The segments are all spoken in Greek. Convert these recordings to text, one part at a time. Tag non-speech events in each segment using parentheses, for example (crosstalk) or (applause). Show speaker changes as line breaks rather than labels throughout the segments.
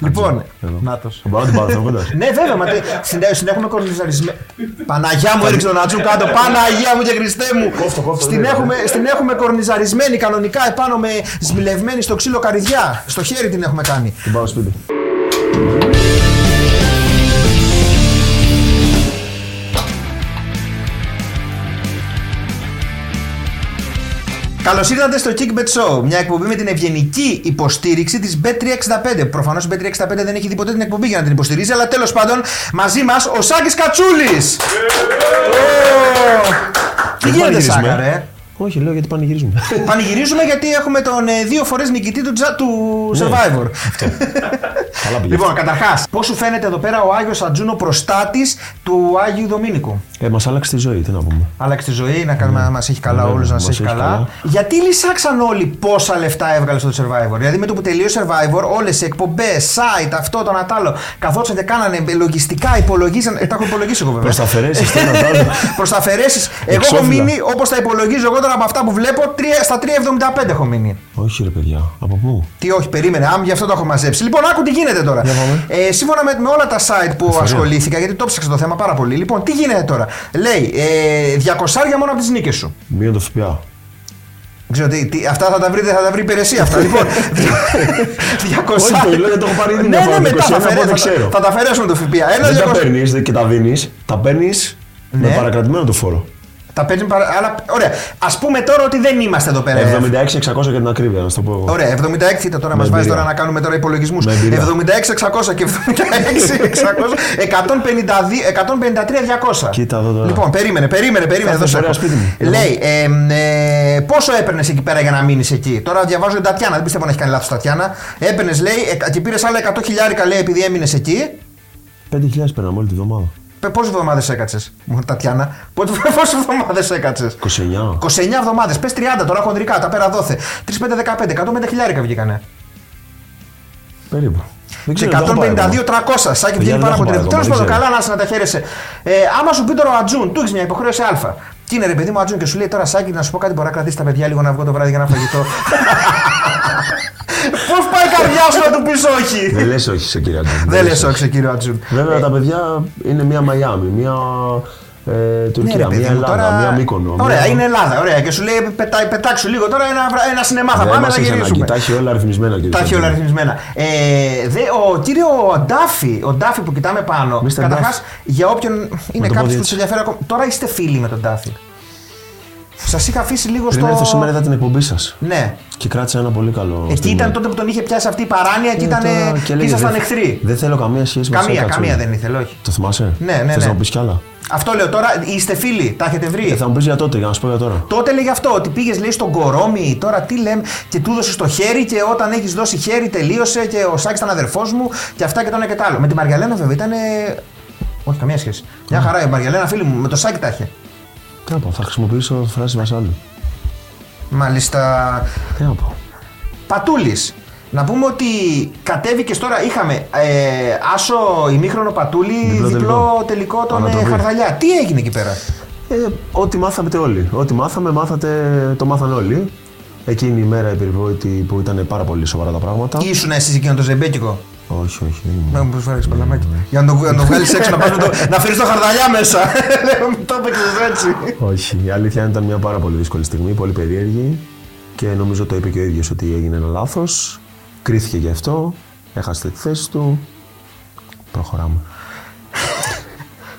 Λοιπόν, Νάτος.
Τον πάω, την πάρω, θα βγω, εντάξει.
Ναι, βέβαια, μα τε- συνε- συνέχουμε κορνιζαρισμένη. Παναγιά μου έριξε τον Ατσού κάτω. Παναγιά μου και Χριστέ μου.
Κόφτω, κόφτω,
Στην
ναι,
έχουμε, στην έχουμε κορνιζαρισμένη κανονικά επάνω με σμιλευμένη στο ξύλο καρδιά. Στο χέρι την έχουμε κάνει.
Την πάω σπίτι.
Καλώς ήρθατε στο Kickbet Show, μια εκπομπή με την ευγενική υποστήριξη της Bet365. Προφανώς η Bet365 δεν έχει δει ποτέ την εκπομπή για να την υποστηρίζει, αλλά τέλος πάντων μαζί μας ο Σάκης Κατσούλης. Τι γίνεται, Σάκα, ρε.
Όχι, λέω γιατί πανηγυρίζουμε.
Πανηγυρίζουμε γιατί έχουμε τον ε, δύο φορές νικητή του, τζα- του
Ναι.
Survivor. (laughs)
Καλά πήγε.
λοιπόν, καταρχάς, πώς σου φαίνεται εδώ πέρα ο Άγιος Ατζούνο προστάτης του Άγιου Δομήνικου.
ε, μας άλλαξε τη ζωή, τι να πούμε.
Άλλαξε τη ζωή, να κάνουμε να μας έχει καλά,
Ναι,
όλους να
μας
σε έχει
έχει
καλά.
καλά.
Γιατί λυσάξαν όλοι πόσα λεφτά έβγαλε στο survivor. Δηλαδή με το που τελείωσε survivor, όλες οι εκπομπές, site, αυτό, το να τ' άλλο, καθόντουσαν και κάνανε λογιστικά, υπολογίζαν. ε, τα έχω υπολογίσει εγώ βέβαια.
Προς τα αφαιρέσεις, τι να τα άλλο.
Προ τα αφαιρέσει. Εγώ έχω
Εξώφυλλα.
μείνει όπως τα υπολογίζω εγώ τώρα από αυτά που βλέπω, τρία- στα 3,75 έχω μείνει.
Όχι, ρε παιδιά, από πού.
Τι όχι, περίμενε. Άμ, γι' αυτό το έχω μαζέψει. Λοιπόν, άκου τι γίνεται τώρα.
Για πάμε.
Ε, σύμφωνα με, με όλα τα site που ασχολήθηκα, γιατί το ψάξα το θέμα πάρα πολύ. Λοιπόν, τι γίνεται τώρα. Λέει, ε, 200 μόνο από τις νίκες σου.
Μείον το ΦΠΑ.
Ε, Δεν Ξέρω τι, τι, αυτά θα τα βρείτε, θα τα βρει η υπηρεσία
(laughs)
αυτά. λοιπόν, 200.
Όχι, το λέω, δεν το έχω πάρει ήδη
Ναι,
να
ναι,
βάλω
μετά
21,
θα,
οπότε
αφαιρέ, θα,
ξέρω.
θα τα αφαιρέσουμε το ΦΠΑ. Ένα
Δεν τα
200.
παίρνει και τα δίνεις, τα παίρνεις
λοιπόν. Ναι.
με παρακρατημένο το φόρο.
Τα παίζουν παρα... Αλλά, ωραία. Ας πούμε τώρα ότι δεν είμαστε εδώ πέρα.
76-600 για την ακρίβεια, να σου το πω εγώ.
Ε. Ωραία, 76 ήταν τώρα,
Με
μας βάζει
εμπειρία.
τώρα να κάνουμε τώρα υπολογισμούς. 76-600
Με εμπειρία.
και 76-600. 153-200.
Κοίτα εδώ τώρα.
Λοιπόν, περίμενε, περίμενε, περίμενε.
Κάθε
εδώ σε
φορά
έχω.
σπίτι μου.
Λέει, εμ, ε, πόσο έπαιρνες εκεί πέρα για να μείνεις εκεί. Τώρα διαβάζω την Τατιάνα, δεν πιστεύω να έχει κάνει λάθος Τατιάνα. Έπαιρνες, λέει, ε, και πήρες άλλα 100 χιλιάρικα, λέει, επειδή έμεινες εκεί.
5.000 παίρναμε όλη τη βδομάδα.
Πόσες εβδομάδες έκατσες, μου Τατιάνα. (laughs) Πόσες εβδομάδες έκατσες.
29.
29 εβδομάδες, πες 30 τώρα χοντρικά, τα πέρα δόθε. 3-5-15, 150 χιλιάρικα βγήκανε.
Περίπου. Δεν
Σε
ξέρω, δεν τα έχω πάρει ακόμα.
152-300. Σάκη βγαίνει
δεν
πάνω
έχω
από
πάρει
την
ακόμα,
Τέλος
δεν
πάντων,
ξέρω.
καλά να είσαι να τα χαίρεσαι. Ε, άμα σου πει τώρα ο Ατζούν, του έχεις μια υποχρέωση Α. Τι είναι ρε παιδί μου, ο Ατζούν και σου λέει τώρα Σάκη να σου πω κάτι μπορεί να κρατήσει τα παιδιά λίγο να βγω το βράδυ για ένα φαγητό.
(laughs)
Πώς πάει η καρδιά σου να του πεις όχι.
Δεν λες όχι σε κύριε Αντώνη.
Δεν λε όχι, κύριο Ατζούν.
Βέβαια τα παιδιά είναι μία Μαϊάμι, μία ε,
Ναι, ρε
Τουρκία,
παιδί
μία
μου,
Ελλάδα, μία Μύκονο.
Ωραία,
μία-
είναι Ελλάδα. Ωραία. Και σου λέει πετά, πετάξου λίγο τώρα ένα, βρα- ένα σινεμά θα
Δεν
πάμε
μας
να
έχει ανάγκη,
γυρίσουμε.
Τα έχει όλα αριθμισμένα κύριε
Τα έχει όλα
Αντώνη.
αριθμισμένα. Ε, δε, ο κύριο Ντάφη, ο Ντάφη που κοιτάμε πάνω,
Mr.
καταρχά
Ντάφη.
για όποιον είναι
το
κάποιο
πόδι
που του
έτσι.
ενδιαφέρει ακόμα. Τώρα είστε φίλοι με τον Ντάφη. Σας είχα αφήσει λίγο
Πριν
στο.
έρθω σήμερα είδα την εκπομπή σας.
Ναι.
Και κράτησα ένα πολύ καλό.
Εκεί
στιγμή.
ήταν τότε που τον είχε πιάσει αυτή η παράνοια και
Ε,
ήταν.
τώρα και
και
λέγε,
ήσασταν
δεν-
εχθροί.
Δεν θέλω καμία σχέση με
Καμία,
σένα,
καμία
Κατσούλη.
δεν ήθελε, όχι.
Το θυμάσαι.
Ναι, ναι,
Θες
ναι.
να μου πεις κι άλλα.
Αυτό λέω τώρα, είστε φίλοι, τα έχετε βρει.
Ε, θα μου πεις για τότε, για να σου πω για τώρα.
Τότε λέγε αυτό, ότι πήγες λέει στον κορόμι, τώρα τι λέμε, και του έδωσες το χέρι και όταν έχεις δώσει χέρι τελείωσε και ο Σάκης ήταν αδερφός μου και αυτά και το ένα και το άλλο. Με τη Μαργιαλένα βέβαια ήταν. Όχι, καμία σχέση. Μια χαρά η Μαργιαλένα φίλη μου, με το Σάκη τα είχε.
Τι να πω, θα χρησιμοποιήσω φράση βασάλου.
Μάλιστα.
Τι να πω.
Πατούλης. Να πούμε ότι κατέβηκες τώρα, είχαμε ε, άσο ημίχρονο πατούλη, διπλό,
Διπλό
τελικό,
τελικό.
τον ε,
Ανατροπή.
Χαρδαλιά. Τι έγινε εκεί πέρα.
Ε, ό,τι μάθαμε όλοι. Ό,τι μάθαμε, μάθατε, το μάθαν όλοι. Εκείνη η μέρα η περιβόητη που ήταν πάρα πολύ σοβαρά τα πράγματα.
Ήσουν εσύ εκείνο το ζεμπέκικο.
Όχι, όχι, δεν ήμουν.
Να μου προσφέρεις παλαμάκι. Για να το, να το βγάλεις έξω, να, πας με το, να φέρει το χαρδαλιά μέσα. (laughs) Λέω, μου το έπαιξε έτσι.
Όχι, η αλήθεια είναι ότι ήταν μια πάρα πολύ δύσκολη στιγμή, πολύ περίεργη και νομίζω το είπε και ο ίδιος ότι έγινε ένα λάθος. Κρίθηκε γι' αυτό, έχασε τη θέση του. Προχωράμε.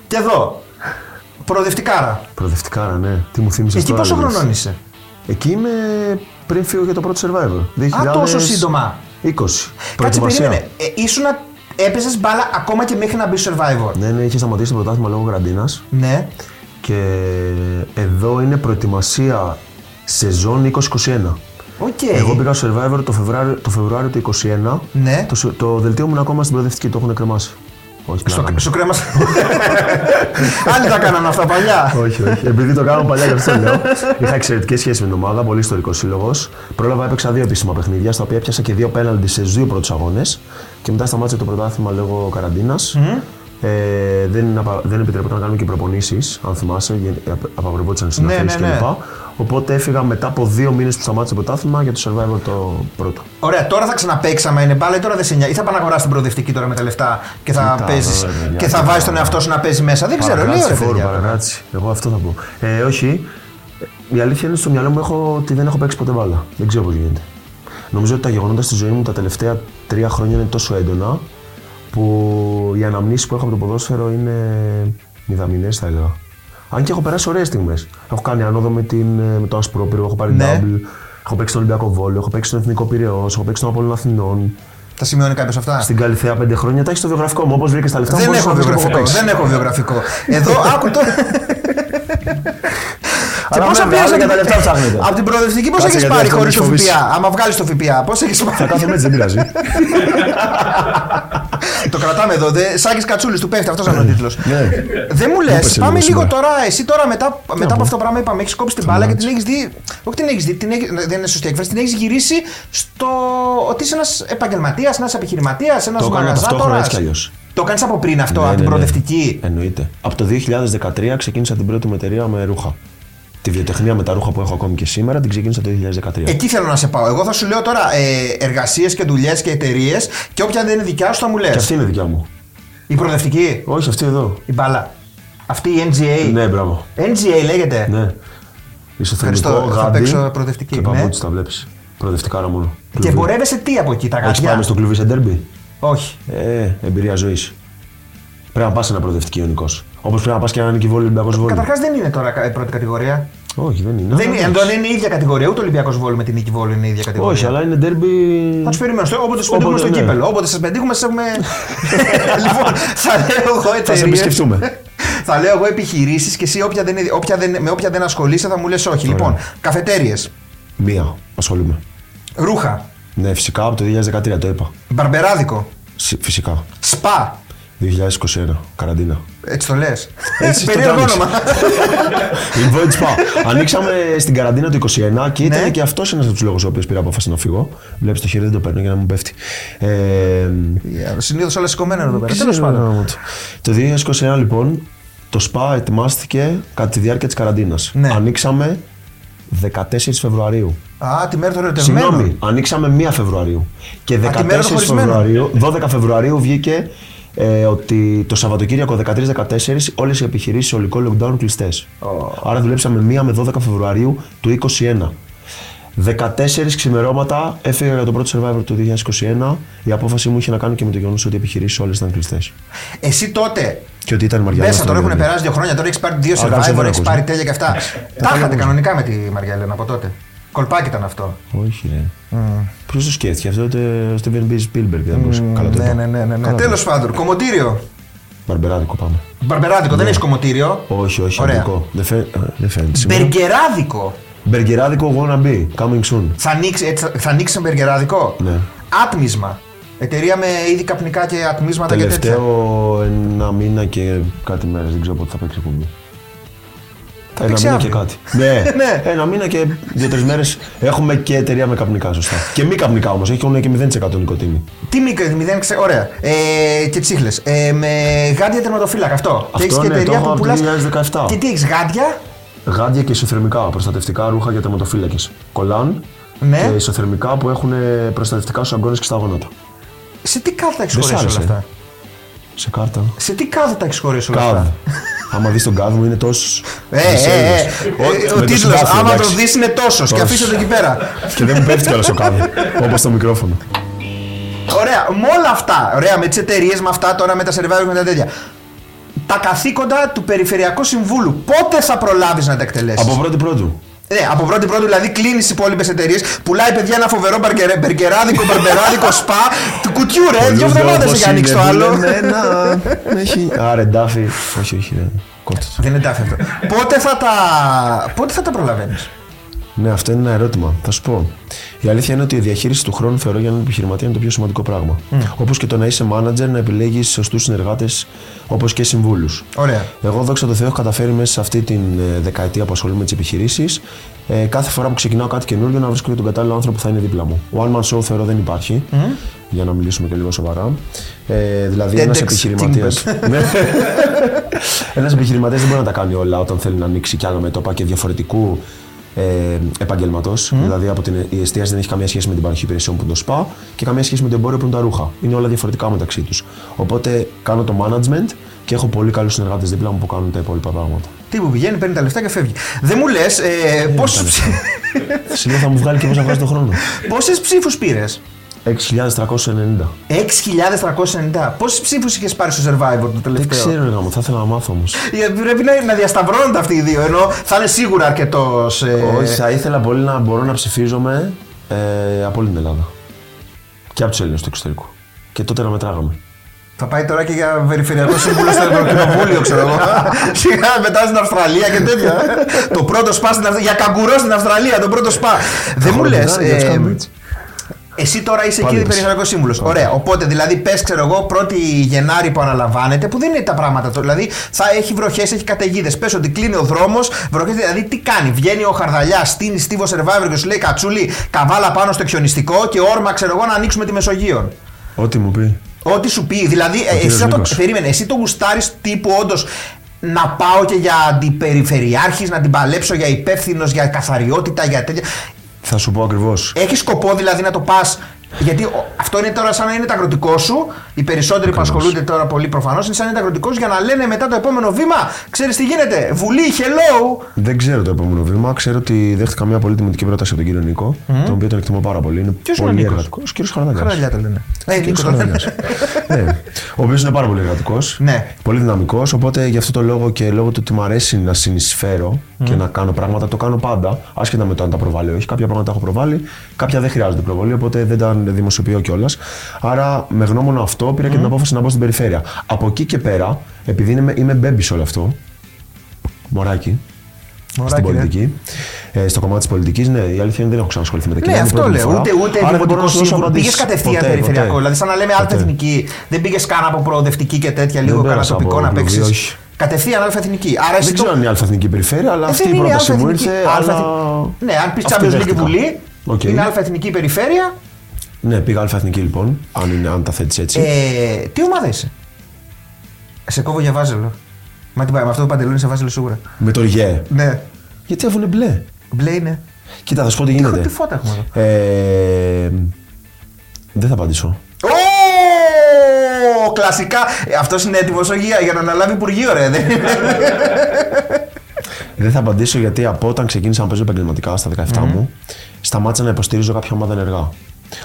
Και εδώ. Προοδευτικάρα.
Προοδευτικά, ναι. Τι μου θύμισες
Εκεί πόσο χρονών είσαι.
Εκεί είμαι πριν φύγω για το πρώτο survivor. 2000...
Α, τόσο σύντομα.
20.
Κάτσε,
Προετοιμασία.
περίμενε. Ε, ήσουν έπαιζες μπάλα ακόμα και μέχρι να μπεις survivor.
Ναι, ναι, είχε σταματήσει το πρωτάθλημα λόγω γραντίνα.
Ναι.
Και εδώ είναι προετοιμασία σεζόν 2021.
Οκ.
Εγώ πήγα στο Survivor το Φεβρουάριο, το Φεβρουάριο του 2021.
Ναι.
Το, σου- το δελτίο μου είναι ακόμα στην προοδευτική, το έχουν κρεμάσει. Όχι,
Στο,
πλάκα μου.
στο κρέμα. (laughs) Άλλοι τα κάνανε αυτά παλιά.
όχι, όχι. Επειδή το κάνω παλιά, γι' αυτό λέω. Είχα εξαιρετικές σχέσεις με την ομάδα, πολύ ιστορικός σύλλογος. Πρόλαβα, έπαιξα δύο επίσημα παιχνίδια, στα οποία πιάσα και δύο πέναλντι σε δύο πρώτους αγώνες. Και μετά σταμάτησε το πρωτάθλημα λόγω καραντίνας. Ε, δεν, απα, δεν επιτρεπόταν να κάνουμε και προπονήσεις, αν θυμάσαι, γιατί απα- απαγορευόταν συναθρήσεις
ναι, ναι.
κλπ. Οπότε έφυγα μετά από δύο μήνες που σταμάτησε το πρωτάθλημα για το survivor το πρώτο.
Ωραία, τώρα θα ξαναπέξαμε είναι μπάλα ή τώρα δεν σε νοιάζει. Ή θα πάνε να αγοράσει την προοδευτική τώρα με τα λεφτά και θα,
Κοιτάω,
παίζεις,
ρε, παιδιά,
και θα
κοιτάω.
βάζεις τον εαυτό σου να παίζει μέσα. Δεν ξέρω, λέω ρε
Παρακράτηση φόρου,
παιδιά.
παρακράτηση. Εγώ αυτό θα πω. Ε, όχι. Ε, Η αλήθεια είναι στο μυαλό μου έχω, ότι δεν έχω παίξει ποτέ μπάλα. Δεν ξέρω πώς γίνεται. Νομίζω ότι τα γεγονότα στη ζωή μου τα τελευταία τρία χρόνια είναι τόσο έντονα που οι αναμνήσεις που έχω από το ποδόσφαιρο είναι μηδαμινές θα έλεγα. Αν και έχω περάσει ωραίες στιγμές. Έχω κάνει άνοδο με, την, ε, με το Ασπρόπυρο, έχω πάρει
Ναι.
double, έχω παίξει τον Ολυμπιακό Βόλιο, έχω παίξει τον Εθνικό Πυραιός, έχω παίξει τον Απόλλων Αθηνών.
Τα σημειώνει κάποιος αυτά.
Στην Καλυθέα πέντε χρόνια τα έχεις στο βιογραφικό μου. Όπως βρήκες τα λεφτά,
Δεν
μπορείς
έχω
να πεις ότι έχω
βιογραφικό.
παίξει.
Δεν έχω βιογραφικό.
(laughs)
Εδώ, άκου τώρα. Σε
Αλλά
πόσα
βέβαια,
πήρες
άλλα
από
και
την-
τα λεφτά ψάχνετε.
(laughs) Από την προοδευτική, πώ
Κάτσε,
έχεις
γιατί
πάρει
θα
χωρί το
μην φοβήσεις.
ΦΠΑ. Άμα βγάλεις το ΦΠΑ, πώ έχεις
Θα
πάρει.
κάθομαι έτσι, δεν πειράζει.
(laughs) Το κρατάμε εδώ. Δε... Σάκης Κατσούλης του πέφτει, αυτός ήταν ο τίτλος.
Ναι.
Δεν μου λε,
Είπες λίγο
πάμε λίγο
σήμερα.
τώρα. Εσύ τώρα μετά, μετά από αυτό το πράγμα είπαμε, έχεις κόψει την μπάλα και την έχεις δει. Όχι την έχεις δει, την έχεις- δεν είναι σωστή έκφραση. Την έχεις γυρίσει στο ότι είσαι ένας επαγγελματίας, ένας επιχειρηματίας, ένας
έκανα ταυτόχρονα
μαγαζάτορα.
έτσι κι αλλιώς. Ναι,
Το κάνεις από πριν αυτό, από την προοδευτική.
Εννοείται. Από το 2013 ξεκίνησα την πρώτη μου εταιρεία με ρούχα. Τη βιοτεχνία με τα ρούχα που έχω ακόμη και σήμερα την ξεκίνησα το 2013.
Εκεί θέλω να σε πάω. Εγώ θα σου λέω τώρα ε, εργασίες και δουλειές και εταιρείες και όποια δεν είναι δικιά σου θα μου λες.
Και αυτή είναι δικιά μου.
Η προοδευτική,
Όχι, αυτή εδώ.
η μπάλα. Αυτή η NGA.
Ναι, μπράβο.
NGA λέγεται.
Ναι. Ισοθερμικό,
Ευχαριστώ. Θα
γάντι
παίξω προοδευτική.
Και
Ναι.
παπούτσι τα βλέπεις. Προοδευτικά άρα μόνο.
Και
Κλουβί.
πορεύεσαι τι από εκεί, τα
Έχεις
γατιά.
πάει μες στο κλουβί σε ντέρμπι.
Όχι.
Ε, εμπειρία ζωής. Πρέπει να πας ένα προοδευτική ιονικό. Όπως πρέπει να πας και ένα νικηβόλιο Ολυμπιακό Βόλιο.
Καταρχάς δεν είναι τώρα κα- πρώτη κατηγορία.
Όχι, δεν είναι.
Ε, δεν,
Αλλά
είναι,
εντάξει.
ενώ δεν είναι η ίδια κατηγορία. Ούτε ο Ολυμπιακός Βόλου με την νίκη Βόλου είναι η ίδια κατηγορία.
Όχι, αλλά είναι ντέρμπι.
Θα τους περιμένω. στο- Όποτε τους πετύχουμε
Όποτε,
στο
ναι.
κύπελο. Όποτε σας πετύχουμε, σας
(laughs)
έχουμε. λοιπόν, θα λέω εγώ εταιρείες.
επισκεφτούμε.
(laughs) θα λέω εγώ επιχειρήσεις και εσύ όποια δεν, είναι- όποια δεν, με όποια δεν ασχολείσαι θα μου λες όχι. Λοιπόν, καφετέρειε,
Μία ασχολούμαι.
ρούχα,
Ναι, φυσικά από το 2013 το είπα.
μπαρμπεράδικο,
Συ- Φυσικά.
σπα.
2021, καραντίνα.
Έτσι το λες.
Έτσι το
Περίεργο
κάνεις.
όνομα.
Λοιπόν, έτσι πάω. Ανοίξαμε στην καραντίνα του 21 και ήταν
Ναι.
και αυτός ένας από τους λόγους ο οποίος πήρα απόφαση να φύγω. Βλέπεις το χέρι, δεν το παίρνω για να μου πέφτει. Ε,
(laughs) Συνήθως όλα σηκωμένα εδώ πέρα.
ξέρω,
Τέλο πάντων.
γάμο του. Το 2021 λοιπόν, το ΣΠΑ ετοιμάστηκε κατά τη διάρκεια της καραντίνας.
Ναι.
Ανοίξαμε 14 Φεβρουαρίου.
Α, τη μέρα των ερωτευμένων.
Συγγνώμη, ανοίξαμε 1 Φεβρουαρίου. Και 14
Α, τη μέρα των χωρισμένων.
Φεβρουαρίου, 12 Φεβρουαρίου βγήκε ε, ότι το Σαββατοκύριακο 13-14 όλες οι επιχειρήσεις ολικό lockdown κλειστές. Άρα δουλέψαμε 1 με 12 Φεβρουαρίου του 2021. 14 ξημερώματα έφυγα για τον πρώτο survivor του 2021. Η απόφαση μου είχε να κάνει και με το γεγονός ότι οι επιχειρήσεις όλες ήταν κλειστές.
Εσύ τότε
Και ότι ήταν Μαριάννα.
Μέσα
στην
τώρα έχουν
Ιρλανδία.
περάσει δύο χρόνια, τώρα έχεις πάρει δύο
Α, κάτσε,
survivor,
δεν ναι.
έχει
άκουσα.
πάρει τέλεια και αυτά. Τα είχατε κανονικά με τη Μαριά Ελένα από τότε. Κολπάκι ήταν αυτό.
Όχι, ρε. Ποιο το σκέφτηκε αυτό, ούτε ο Steven B. Spielberg δεν μπορούσε. Καλά το
Ναι,
είπα.
ναι, ναι. ναι, ναι.
Καλά το
Τέλος πάντων, κομμωτήριο.
είπα. Μπαρμπεράδικο πάμε.
Μπαρμπεράδικο, δεν έχεις κομμωτήριο.
Ναι. Όχι, όχι,
Ωραία.
αντικό. Δεν, φαι... ε, δεν φαίνεται σήμερα.
Μπεργκεράδικο.
Μπεργκεράδικο wanna be, coming soon.
Θα ανοίξει, έτσι, θα- θα ανοίξει μπεργκεράδικο.
Ναι.
Άτμισμα. Εταιρεία με είδη καπνικά και ατμίσματα και τέτοια.
Τελευταίο ένα μήνα και κάτι μέρες, δεν ξέρω πότε θα παίξει κουμπί.
Θα
ένα
παίξει
μήνα
αύριο.
και κάτι. ναι.
(laughs) Ναι.
ένα μήνα και δύο-τρει μέρες έχουμε και εταιρεία με καπνικά, σωστά. και μη καπνικά όμως, έχουν και 0% νοικοτήνη.
Τι μικρό, μηδέν, ξε... ωραία. Ε, και τσίχλες. Ε, με γάντια τερματοφύλακα, αυτό. και έχεις
ναι,
και
το
εταιρεία
έχω
που
από
πουλά.
2017.
Και τι έχεις, γάντια.
Γάντια και ισοθερμικά, προστατευτικά ρούχα για τερματοφύλακες. Κολάν
Ναι.
και ισοθερμικά που έχουν προστατευτικά στους αγκώνες και στα γόνατα.
Σε τι κάθετα έχεις
Δεν σ'
χωρέσει όλα
άρεσε.
αυτά.
Σε κάρτα.
Σε τι κάθετα έχεις χωρέσει όλα
Καδ.
αυτά.
Άμα δεις τον καδ μου είναι τόσος.
Ε, ε, ε, ε, ο τίτλο, άμα το
δεις.
δει, είναι τόσος. Και
Τόσος.
αφήστε το εκεί πέρα.
Και δεν μου πέφτει κιόλας ο καδ. Όπως το μικρόφωνο.
Ωραία, με όλα αυτά, ωραία, με τις εταιρείες, με αυτά τώρα, με τα survivor, με τα τέτοια. Τα καθήκοντα του Περιφερειακού Συμβούλου, πότε θα προλάβεις να τα εκτελέσεις.
Από πρώτη πρώτου.
Ναι, από πρώτη πρώτη δηλαδή κλείνεις τι υπόλοιπες εταιρείες. Πουλάει παιδιά ένα φοβερό μπαρκερε- μπεργκεράδικο, μπαρμπεράδικο σπα του κουτιού, ρε. Ε, Δύο εβδομάδε έχει ανοίξει το άλλο.
ναι. Άρε, ντάφι. Όχι, όχι. ρε. Κότος.
(laughs) Δεν είναι τάφη αυτό. Πότε θα τα, πότε θα τα προλαβαίνεις.
Ναι, αυτό είναι ένα ερώτημα. Θα σου πω. Η αλήθεια είναι ότι η διαχείριση του χρόνου θεωρώ για έναν επιχειρηματία είναι το πιο σημαντικό πράγμα. Όπως και το να είσαι manager, να επιλέγεις σωστούς συνεργάτες όπως και συμβούλους.
Ωραία.
Εγώ, δόξα τω Θεώ, έχω καταφέρει μέσα σε αυτή την ε, δεκαετία που ασχολούμαι με τις επιχειρήσεις ε, κάθε φορά που ξεκινάω κάτι καινούργιο να βρίσκω και τον κατάλληλο άνθρωπο που θα είναι δίπλα μου. One man show θεωρώ δεν υπάρχει. Για να μιλήσουμε και λίγο σοβαρά. Ε, δηλαδή, ένας
TEDx
επιχειρηματίας. ένας επιχειρηματίας Ναι. δεν μπορεί να τα κάνει όλα όταν θέλει να ανοίξει κι άλλα μέτωπα και διαφορετικού ε, επαγγελματός. Δηλαδή, από την, η εστίαση δεν έχει καμία σχέση με την παροχή υπηρεσιών που είναι το σπα και καμία σχέση με το εμπόριο που είναι τα ρούχα. Είναι όλα διαφορετικά μεταξύ τους. Οπότε, κάνω το management και έχω πολύ καλούς συνεργάτες δίπλα μου που κάνουν τα υπόλοιπα πράγματα.
Τι που πηγαίνει, παίρνει τα λεφτά και φεύγει. Δεν μου λες ε, πόσε
Σήμερα θα μου βγάλει και πώς να βγάζει τον χρόνο.
ψήφους πήρες.
6.390.
6.390. Πόσες ψήφους είχες πάρει στο survivor το
Δεν
τελευταίο.
ξέρω, ρε γάμο, θα ήθελα να μάθω όμως.
Ε, Πρέπει να, να διασταυρώνονται αυτοί οι δύο, ενώ θα είναι σίγουρα ε, αρκετό.
Όχι, θα ήθελα πολύ να μπορώ να ψηφίζομαι ε, από όλη την Ελλάδα. Και από τους Έλληνες του εξωτερικού. Και τότε να μετράγαμε.
Θα πάει τώρα και για περιφερειακό σύμβουλο στο Ευρωκοινοβούλιο, ξέρω εγώ. Σιγά μετά στην Αυστραλία και τέτοια. το πρώτο σπα στην Αυστραλία. Για καγκουρό στην Αυστραλία, το πρώτο σπα. Δεν μου ε, λες.
Για τους Cambridge.
Εσύ τώρα είσαι
Πάλι
εκεί
πες.
περιφερειακό σύμβουλος. Ωραία. Οπότε δηλαδή πες, ξέρω εγώ, 1η Γενάρη που αναλαμβάνεται, που δεν είναι τα πράγματα τώρα. Δηλαδή θα έχει βροχές, έχει καταιγίδες. Πες ότι κλείνει ο δρόμος, βροχές. Δηλαδή τι κάνει. Βγαίνει ο Χαρδαλιά, στείνει στίβο survivor και σου λέει Κατσούλη, καβάλα πάνω στο χιονιστικό και όρμα, ξέρω εγώ, να ανοίξουμε τη Μεσογείον.
Ό,τι μου πει.
Ό,τι σου πει. Δηλαδή, ε, εσύ,
κύριος
θα το,
Νίκος.
περίμενε, εσύ το γουστάρεις τύπου όντως να πάω και για αντιπεριφερειάρχης, να την παλέψω για υπεύθυνος, για καθαριότητα, για τέτοια.
Θα σου πω ακριβώς.
Έχει σκοπό δηλαδή να το πας. Γιατί ο- αυτό είναι τώρα σαν να είναι τα αγροτικό σου. Οι περισσότεροι που ασχολούνται τώρα πολύ προφανώς είναι σαν να είναι τα αγροτικός για να λένε μετά το επόμενο βήμα. Ξέρεις τι γίνεται. Βουλή, hello.
Δεν ξέρω το επόμενο βήμα. Ξέρω ότι δέχτηκα μια πολύ τιμητική πρόταση από τον κύριο Νίκο, τον οποίο τον εκτιμώ πάρα πολύ. Είναι
Ποιος είναι ο
πολύ
Νίκος?
εργατικό. Κύριο Χαρδαλιά.
Χαραλιά το λένε. Ε, Νίκο, το λένε.
Ναι. Ο οποίος είναι πάρα πολύ εργατικός.
Ναι.
Πολύ δυναμικός. Οπότε γι' αυτό το λόγο και λόγω του ότι μου αρέσει να συνεισφέρω και να κάνω πράγματα, το κάνω πάντα. Άσχετα με το αν τα προβάλλω ή όχι. Κάποια πράγματα τα έχω προβάλει, κάποια δεν χρειάζονται προβολή, οπότε δεν τα δημοσιοποιώ κιόλας. Άρα με γνώμονα αυτό πήρα και την απόφαση να μπω στην περιφέρεια. Από εκεί και πέρα, επειδή είμαι, είμαι μπέμπι σε όλο αυτό. Μωράκι,
Μωράκι,
στην
ναι.
πολιτική. Ε, στο κομμάτι της πολιτικής, ναι, η αλήθεια είναι δεν έχω ξανασχοληθεί με τα
Ναι,
κοινά.
αυτό λέω. Ούτε, ούτε δημοτικό σύμβουλο. Πήγες κατευθείαν περιφερειακό. Δηλαδή, σαν να λέμε
Ποτέ.
αλφα-εθνική. Δεν πήγες καν από προοδευτική και τέτοια, λίγο
πέρασα
κανατοπικό
από
να παίξει.
Βουλή, όχι.
Κατευθείαν αλφα-εθνική. Άρα εσύ
Δεν
το-
ξέρω αν είναι αλφα-εθνική περιφέρεια, αλλά
Ε,
αυτή
δεν
η
είναι
πρόταση μου
αλφα-εθνική.
ήρθε.
Αλφα-
αλλά...
Ναι, αν πεις
αυτή
Champions League και
δέχτηκα.
Βουλή,
Οκ.
είναι αλφα-εθνική περιφέρεια.
Ναι, πήγα αλφα-εθνική λοιπόν, αν, είναι, αν τα θέτεις έτσι.
Ε, τι ομάδα είσαι. Σε κόβω για βάζελο. Μα τι πάει, με αυτό το παντελόνι σε βάζελο σίγουρα.
Με το ΓΕ.
Ναι.
Γιατί αφού είναι μπλε.
Μπλε είναι.
Κοίτα, θα σου πω τι
Έχω-
γίνεται.
Τι φώτα έχουμε εδώ.
Ε, δεν θα απαντήσω.
Ω, Κλασικά! Αυτός είναι έτοιμος ο Γεια για να αναλάβει Υπουργείο, ρε. δεν είναι.
Δεν θα απαντήσω γιατί από όταν ξεκίνησα να παίζω επαγγελματικά στα 17 μου, σταμάτησα να υποστηρίζω κάποια ομάδα ενεργά.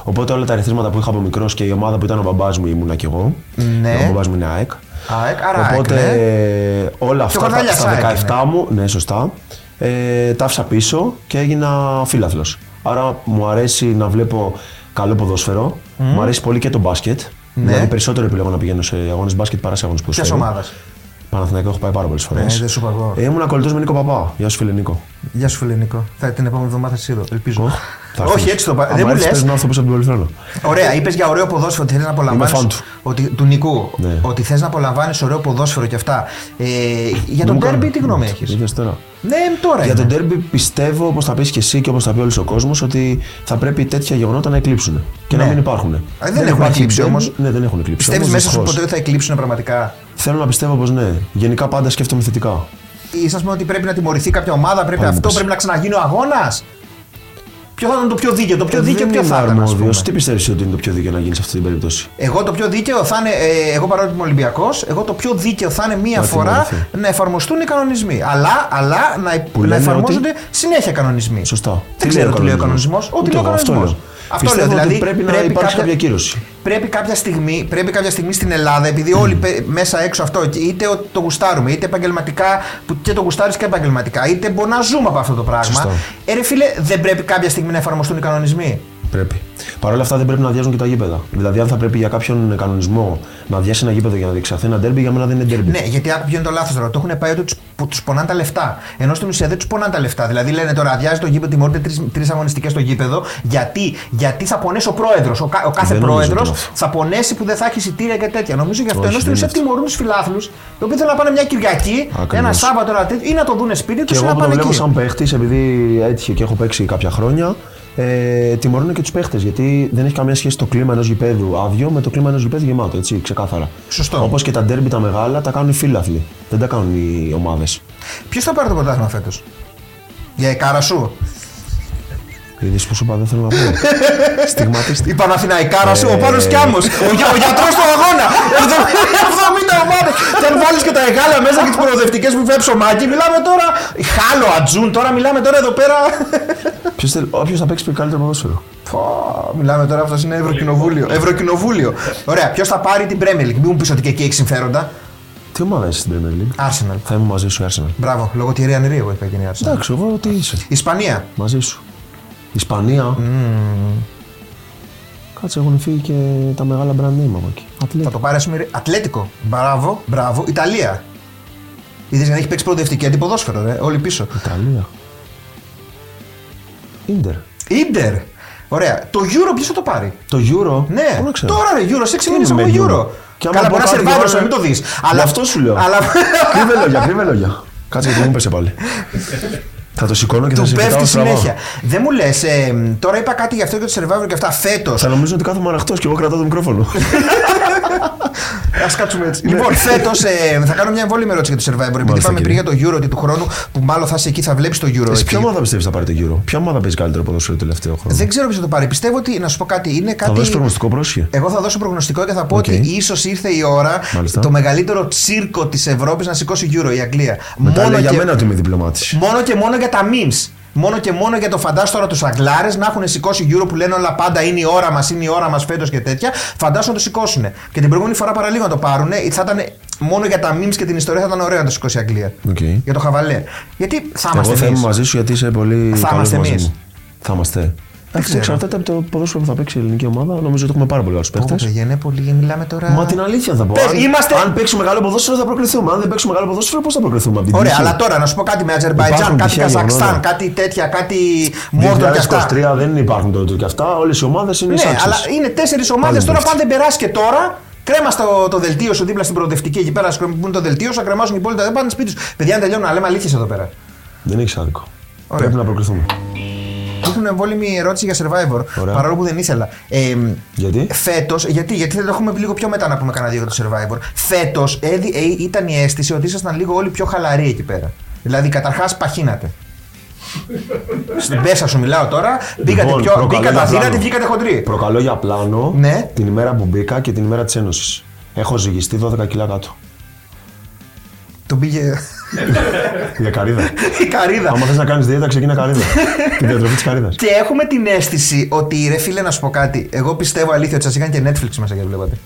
Οπότε όλα τα ρεθίσματα που είχα από μικρός και η ομάδα που ήταν ο μπαμπάς μου ήμουνα κι εγώ.
Ναι.
Ο μπαμπάς μου είναι ΑΕΚ.
(laughs) ΑΕΚ, άρα ΑΕΚ, ναι.
Οπότε ε, όλα αυτά τα,
Κορδαλιάς ΑΕΚ
στα 17 μου, ναι, σωστά, ε, τα άφησα πίσω και έγινα φίλαθλο. Άρα μου αρέσει να βλέπω καλό ποδόσφαιρο, μου αρέσει πολύ και το μπάσκετ.
Ναι.
Δηλαδή περισσότερο επιλέγω να πηγαίνω σε αγώνες μπάσκετ παρά σε αγώνες
Ποιας
ποδοσφαίρου.
ομάδας?
Παναθηναϊκό έχω πάει πάρα πολλές φορές.
Ε, δεν σου είπα εγώ.
Ήμουν ακολουθός με Νίκο Παπά. Γεια σου, φίλε Νίκο.
Γεια σου, φίλε Νίκο. Θα την επόμενη εβδομάδα θα σε είδω. Ελπίζω.
Θα
Όχι,
έρθεις.
έτσι το πα-
Άμα
Δεν μου
έρθεις,
λες.
Πες να έρθω πίσω από την Πολυθρόνα.
Ωραία, είπες για ωραίο ποδόσφαιρο ότι θέλεις να απολαμβάνει.
Είμαι fan του.
Ότι, του Νικού.
Ναι.
Ότι θες να απολαμβάνεις ωραίο ποδόσφαιρο και αυτά. Ε, για
Δεν
τον
μου
Τέρμπι,
κάνει.
τι γνώμη
Ναι,
έχει.
είδες τώρα.
Ναι, τώρα.
Για
είναι.
τον τέρμπι πιστεύω, όπως θα πεις και εσύ και όπως θα πει όλος ο κόσμος, ότι θα πρέπει τέτοια γεγονότα να εκλείψουν και
Ναι.
να μην υπάρχουν.
δεν έχουν
υπάρχει
εκλείψει
derby.
όμως.
Ναι, δεν έχουν εκλείψει.
Πιστεύεις
όμως,
μέσα σου
δυστυχώς.
ποτέ ότι θα εκλείψουν πραγματικά.
Θέλω να πιστεύω πως ναι. Γενικά πάντα σκέφτομαι θετικά.
Ή σας πούμε ότι πρέπει να τιμωρηθεί κάποια ομάδα, πρέπει
Πάμε
αυτό,
πίσω.
πρέπει να ξαναγίνει ο αγώνας. Ποιο θα ήταν το πιο δίκαιο, το πιο
Ε, Δεν
δίκαιο, ποιο
είμαι
θα ήταν. ας πούμε.
αρμόδιος. Τι πιστεύεις ότι είναι το πιο δίκαιο να γίνει σε αυτή την περίπτωση.
Εγώ το πιο δίκαιο θα είναι, ε, εγώ παρότι είμαι Ολυμπιακός, εγώ το πιο δίκαιο θα είναι μία
Να
φορά
τιμωρηθεί.
να εφαρμοστούν οι κανονισμοί. Αλλά, αλλά να, υ-
Που
να
λένε
εφαρμόζονται συνέχεια κανονισμοί.
Σωστά.
Δεν ξέρω τι λέει ο κανονισμός. Ό,τι λέει ο
Αυτό
κανονισμό.
λέω. Πιστεύω ότι πρέπει να υπάρξει κάποια κύρωση.
Δηλαδή, Πρέπει κάποια, στιγμή, πρέπει κάποια στιγμή στην Ελλάδα, επειδή όλοι πε- μέσα έξω αυτό, είτε ότι το γουστάρουμε, είτε επαγγελματικά, που και το γουστάρεις και επαγγελματικά, είτε μπορεί να ζούμε από αυτό το πράγμα.
Σωστά.
Ε, ρε φίλε, δεν πρέπει κάποια στιγμή να εφαρμοστούν οι κανονισμοί.
Πρέπει. Παρ' όλα αυτά δεν πρέπει να αδειάζουν και τα γήπεδα. Δηλαδή, αν θα πρέπει για κάποιον κανονισμό να αδειάσει ένα γήπεδο για να διεξαχθεί ένα ντέρμπι, για μένα δεν είναι ντέρμπι.
Ναι, γιατί άκου ποιο είναι το λάθος τώρα. Το έχουν πάει ότι τους πονάνε τα λεφτά. Ενώ στην ουσία δεν τους πονάνε τα λεφτά. Δηλαδή λένε τώρα αδειάζει το γήπεδο, τιμωρείται τρεις αγωνιστικές στο γήπεδο. Γιατί, γιατί θα πονέσει ο πρόεδρος. Ο, κα- ο κάθε
Δεν νομίζω ότι
πρόεδρο
είναι αυτό.
θα πονέσει που δεν θα έχει εισιτήρια και τέτοια. Νομίζω γι' αυτό.
Όχι,
Ενώ στην
δεν
ουσία
είναι
τιμωρούν τους φιλάθλους, οι οποίοι θέλουν να πάνε μια Κυριακή, ένα
Ακριβώς.
Σάββατο ένα τέτοιο, ή να το δουν σπίτι του
Και
ή
εγώ
να
που το
πάνε
βλέπω
εκεί.
σαν παίχτης, επειδή έτυχε και έχω παίξει κάποια χρόνια, ε, τιμωρούν και τους παίχτες. Γιατί δεν έχει καμία σχέση το κλίμα ενός γηπέδου άδειο με το κλίμα ενός γηπέδου γεμάτο. Έτσι, ξεκάθαρα.
Σωστό.
Όπως και τα ντέρμπι τα μεγάλα τα κάνουν οι φίλαθλοι. Δεν τα κάνουν οι ομάδες.
Ποιος θα πάρει το πρωτάθλημα φέτος. Για η Καρασού.
Είδε που σου είπα, δεν θέλω
(laughs)
να πω. Στιγματίστη.
Η Παναθηναϊκάρα σου, ο
Ε.
Πάνο Κιάμο. Ο, για- ο γιατρός του αγώνα. 70 ομάδες. Και αν βάλεις και τα εγάλα μέσα και τις προοδευτικές που βλέπει ο Μάκη, μιλάμε τώρα. Χάλο, ατζούν, τώρα μιλάμε τώρα εδώ πέρα.
Όποιος θα παίξει καλύτερο ποδόσφαιρο.
Πω, μιλάμε τώρα, αυτός είναι Ευρωκοινοβούλιο. Ευρωκοινοβούλιο. Ωραία, ποιος θα πάρει την Premier League. Μην μου πεις ότι και εκεί έχει συμφέροντα.
Τι ομάδα είσαι στην Premier League.
Arsenal.
Θα είμαι μαζί σου, η Arsenal.
Μπράβο, λόγω τη Ρία Νηρή, εγώ είπα εκείνη η Arsenal.
Εντάξει, εγώ τι είσαι.
Ισπανία.
Μαζί σου. Ισπανία. Κάτσε, έχουν φύγει και τα μεγάλα brand name από εκεί.
Θα το πάρει, ας πούμε. Ατλέτικο. Μπράβο, μπράβο. Ιταλία. Είδες να έχει παίξει προοδευτική αντιποδόσφαιρο, ρε. Όλοι πίσω.
Ιταλία. Ίντερ.
Ιντερ. Ωραία. Το Euro ποιος θα το πάρει.
Το Euro.
Ναι,
Πού να ξέρω.
τώρα ρε Euro, σε 6
Τι
μήνε
με
έχουμε
Euro.
Euro.
Και άμα
Καλά,
πω
μπορεί να σε
κάτι
βάρος,
Euro,
μην το δεις.
Γι' αυτό σου λέω. (laughs)
Αλλά
Κρύβε λόγια, κρύβε λόγια. Κάτσε γιατί μου πέσε πάλι. θα το σηκώνω και θα
του
σε πετάω
πέφτει
στραβά.
συνέχεια. Δεν μου λες, τώρα είπα κάτι γι' αυτό και το survivor και αυτά. Φέτος.
Θα νομίζω ότι κάθομαι αναχτός και εγώ κρατάω το μικρόφωνο.
Ας κάτσουμε έτσι. Λοιπόν, φέτο θα κάνω μια εμβόλυμη ερώτηση για το survivor. Επειδή
Ναι. Μάλιστα,
είπαμε πριν
κύριε.
για το Euro ότι του χρόνου που μάλλον θα είσαι εκεί θα βλέπεις το Euro.
(laughs) Εσύ
εκεί.
ποια ομάδα πιστεύεις θα πάρει το γύρο, Ποια ομάδα παίζει καλύτερο ποδόσφαιρο το τελευταίο χρόνο.
Δεν ξέρω ποιος θα το πάρει. Πιστεύω ότι, να σου πω κάτι, είναι κάτι. Ε,
Θα δώσεις προγνωστικό πρόσχε.
Εγώ θα δώσω προγνωστικό και θα πω
Οκ.
ότι ίσως ήρθε η ώρα
Μάλιστα.
το μεγαλύτερο τσίρκο της Ευρώπης να σηκώσει Euro η Αγγλία.
Μετά λέει για
και-
μένα ότι είμαι διπλωμάτης.
Μόνο και μόνο για τα memes. Μόνο και μόνο για το φαντάστο τώρα τους Αγγλάρες να έχουν σηκώσει γύρω που λένε όλα πάντα είναι η ώρα μας, είναι η ώρα μας φέτος και τέτοια. Φαντάσου να το σηκώσουν. Και την προηγούμενη φορά παραλίγο να το πάρουν. Θα ήταν μόνο για τα memes και την ιστορία θα ήταν ωραίο να το σηκώσει η Αγγλία.
Οκ.
Για το χαβαλέ. Γιατί θα
Ναι. Εγώ
είμαστε
θα είμαι
εμείς.
μαζί σου γιατί είσαι πολύ
Θα
καλός
είμαστε
μαζί
εμείς.
μου. Θα είμαστε. Εντάξει,
ξέρω.
εξαρτάται από το ποδόσφαιρο που θα παίξει η ελληνική ομάδα. Νομίζω ότι έχουμε πάρα πολύ καλού παίχτε.
πολύ, μιλάμε τώρα.
Μα την αλήθεια θα πω.
Πες,
αν,
είμαστε-
αν παίξουμε μεγάλο ποδόσφαιρο θα προκληθούμε. Αν δεν παίξουμε μεγάλο ποδόσφαιρο, πώς θα προκληθούμε από την
Ωραία,
τύχη?
αλλά τώρα να σου πω κάτι με Αζερβαϊτζάν,
Υπάρχουν
κάτι
τυχαία γεγονότα.
Καζακστάν, κάτι τέτοια, κάτι Μόρτον και αυτά.
2023 δεν υπάρχουν τότε και αυτά. Όλες οι ομάδες είναι
Ναι,
εισάξεις.
αλλά είναι τέσσερις ομάδε.
Πάλι
Τώρα,
μπήκε.
αν δεν περάσει και τώρα, κρέμα στο, το δελτίο σου δίπλα στην προοδευτική εκεί πέρα. Που είναι το δελτίο σου, θα κρεμάσουν οι υπόλοιπα. Δεν πάνε σπίτι τους. Παιδιά, να τελειώνουν, να λέμε αλήθειε εδώ πέρα.
Δεν έχει άδικο.
Ωραία.
Πρέπει να προκληθούμε.
Έχουν εμβόλυμη ερώτηση για survivor.
Ωραία.
Παρόλο που δεν ήθελα. Ε,
Γιατί?
Φέτος, γιατί, γιατί δεν το έχουμε πει λίγο πιο μετά να πούμε κανένα δύο για το survivor. Φέτος ήταν η αίσθηση ότι ήσασταν λίγο όλοι πιο χαλαροί εκεί πέρα. Δηλαδή, καταρχάς παχύνατε. Στην πέσα σου μιλάω τώρα. Μπήκατε
Ναι. Λοιπόν,
πιο.
προκαλώ
Μπήκατε
για
αδύνατοι,
πλάνο.
βγήκατε χοντροί.
Προκαλώ για πλάνο
Ναι.
την ημέρα που μπήκα και την ημέρα της Ένωσης. Έχω ζυγιστεί 12 κιλά κάτω.
Τον πήγε
Για καρύδα.
(laughs) η καρίδα.
Άμα θες να κάνεις δίαιτα, ξεκινά
(laughs)
καρύδα. την διατροφή της καρύδας.
Και έχουμε την αίσθηση ότι ρε φίλε να σου πω κάτι. Εγώ πιστεύω αλήθεια ότι σας είχαν και Netflix μέσα και βλέπατε.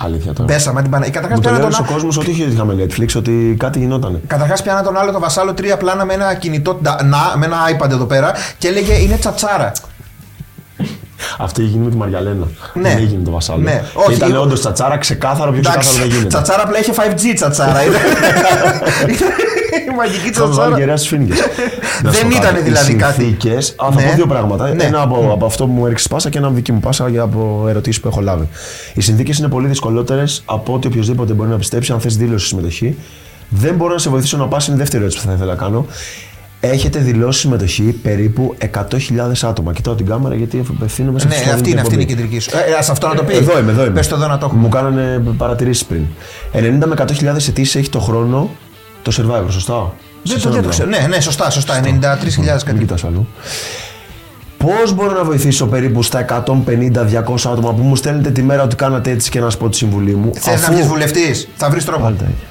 Αλήθεια τώρα.
Πέσαμε την Παναγία. Καταρχάς
Μου το
πιάνα, τον...
λέει ο κόσμος ότι είχε είχαμε Netflix, ότι κάτι γινόταν.
καταρχάς πιάνα τον άλλο τον Βασάλο τρία πλάνα με ένα κινητό, ντα- να, με ένα iPad εδώ πέρα και έλεγε είναι τσατσάρα.
Αυτή έγινε με τη Μαριαλένα.
Ναι.
Δεν έγινε το βασάλο.
Ναι.
Και
Όχι,
ήταν
εγώ-
όντως τσατσάρα ξεκάθαρο, πιο ξεκάθαρο δεν γίνεται.
τσατσάρα απλά είχε 5G
(laughs)
τσατσάρα. Ήταν- Η μαγική
Θα
τσατσάρα.
γερέα στου φίνγκε.
(laughs) Δεν ήτανε δηλαδή κάτι.
Συνθήκες. Α, θα
Ναι.
πω δύο πράγματα.
Ναι.
Ένα από, από αυτό που μου έριξε πάσα και ένα από δική μου πάσα για από ερωτήσεις που έχω λάβει. Οι συνθήκες είναι πολύ δυσκολότερες από ό,τι οποιοδήποτε μπορεί να πιστέψει. Αν θες δήλωση συμμετοχή, δεν μπορώ να σε βοηθήσω να πας. Είναι δεύτερη ερώτηση που θα ήθελα να κάνω. Έχετε δηλώσει συμμετοχή περίπου 100.000 άτομα. Κοιτάω την κάμερα γιατί απευθύνομαι σε αυτούς
Ναι,
που
αυτή
δίνουν
είναι, αυτή είναι η
εκπομπή.
κεντρική σου. Ε, ας αυτό να το πει.
Εδώ είμαι, εδώ είμαι.
Πες το εδώ να το έχουμε.
Μου κάνανε παρατηρήσεις πριν. 90 με 100.000 αιτήσεις έχει το χρόνο το survivor, σωστά.
Δεν το-
Σωστά
δεν το
μιλάω.
ξέρω. Ναι, ναι, σωστά, σωστά. 93.000
Μην
κάτι.
κοιτάς αλλού. Πώς μπορώ να βοηθήσω περίπου στα 150-200 άτομα που μου στέλνετε τη μέρα ότι κάνατε έτσι και να σου πω τη συμβουλή μου.
Θε να βγεις βουλευτής, θα βρεις τρόπο.
Πάλι τα ίδια.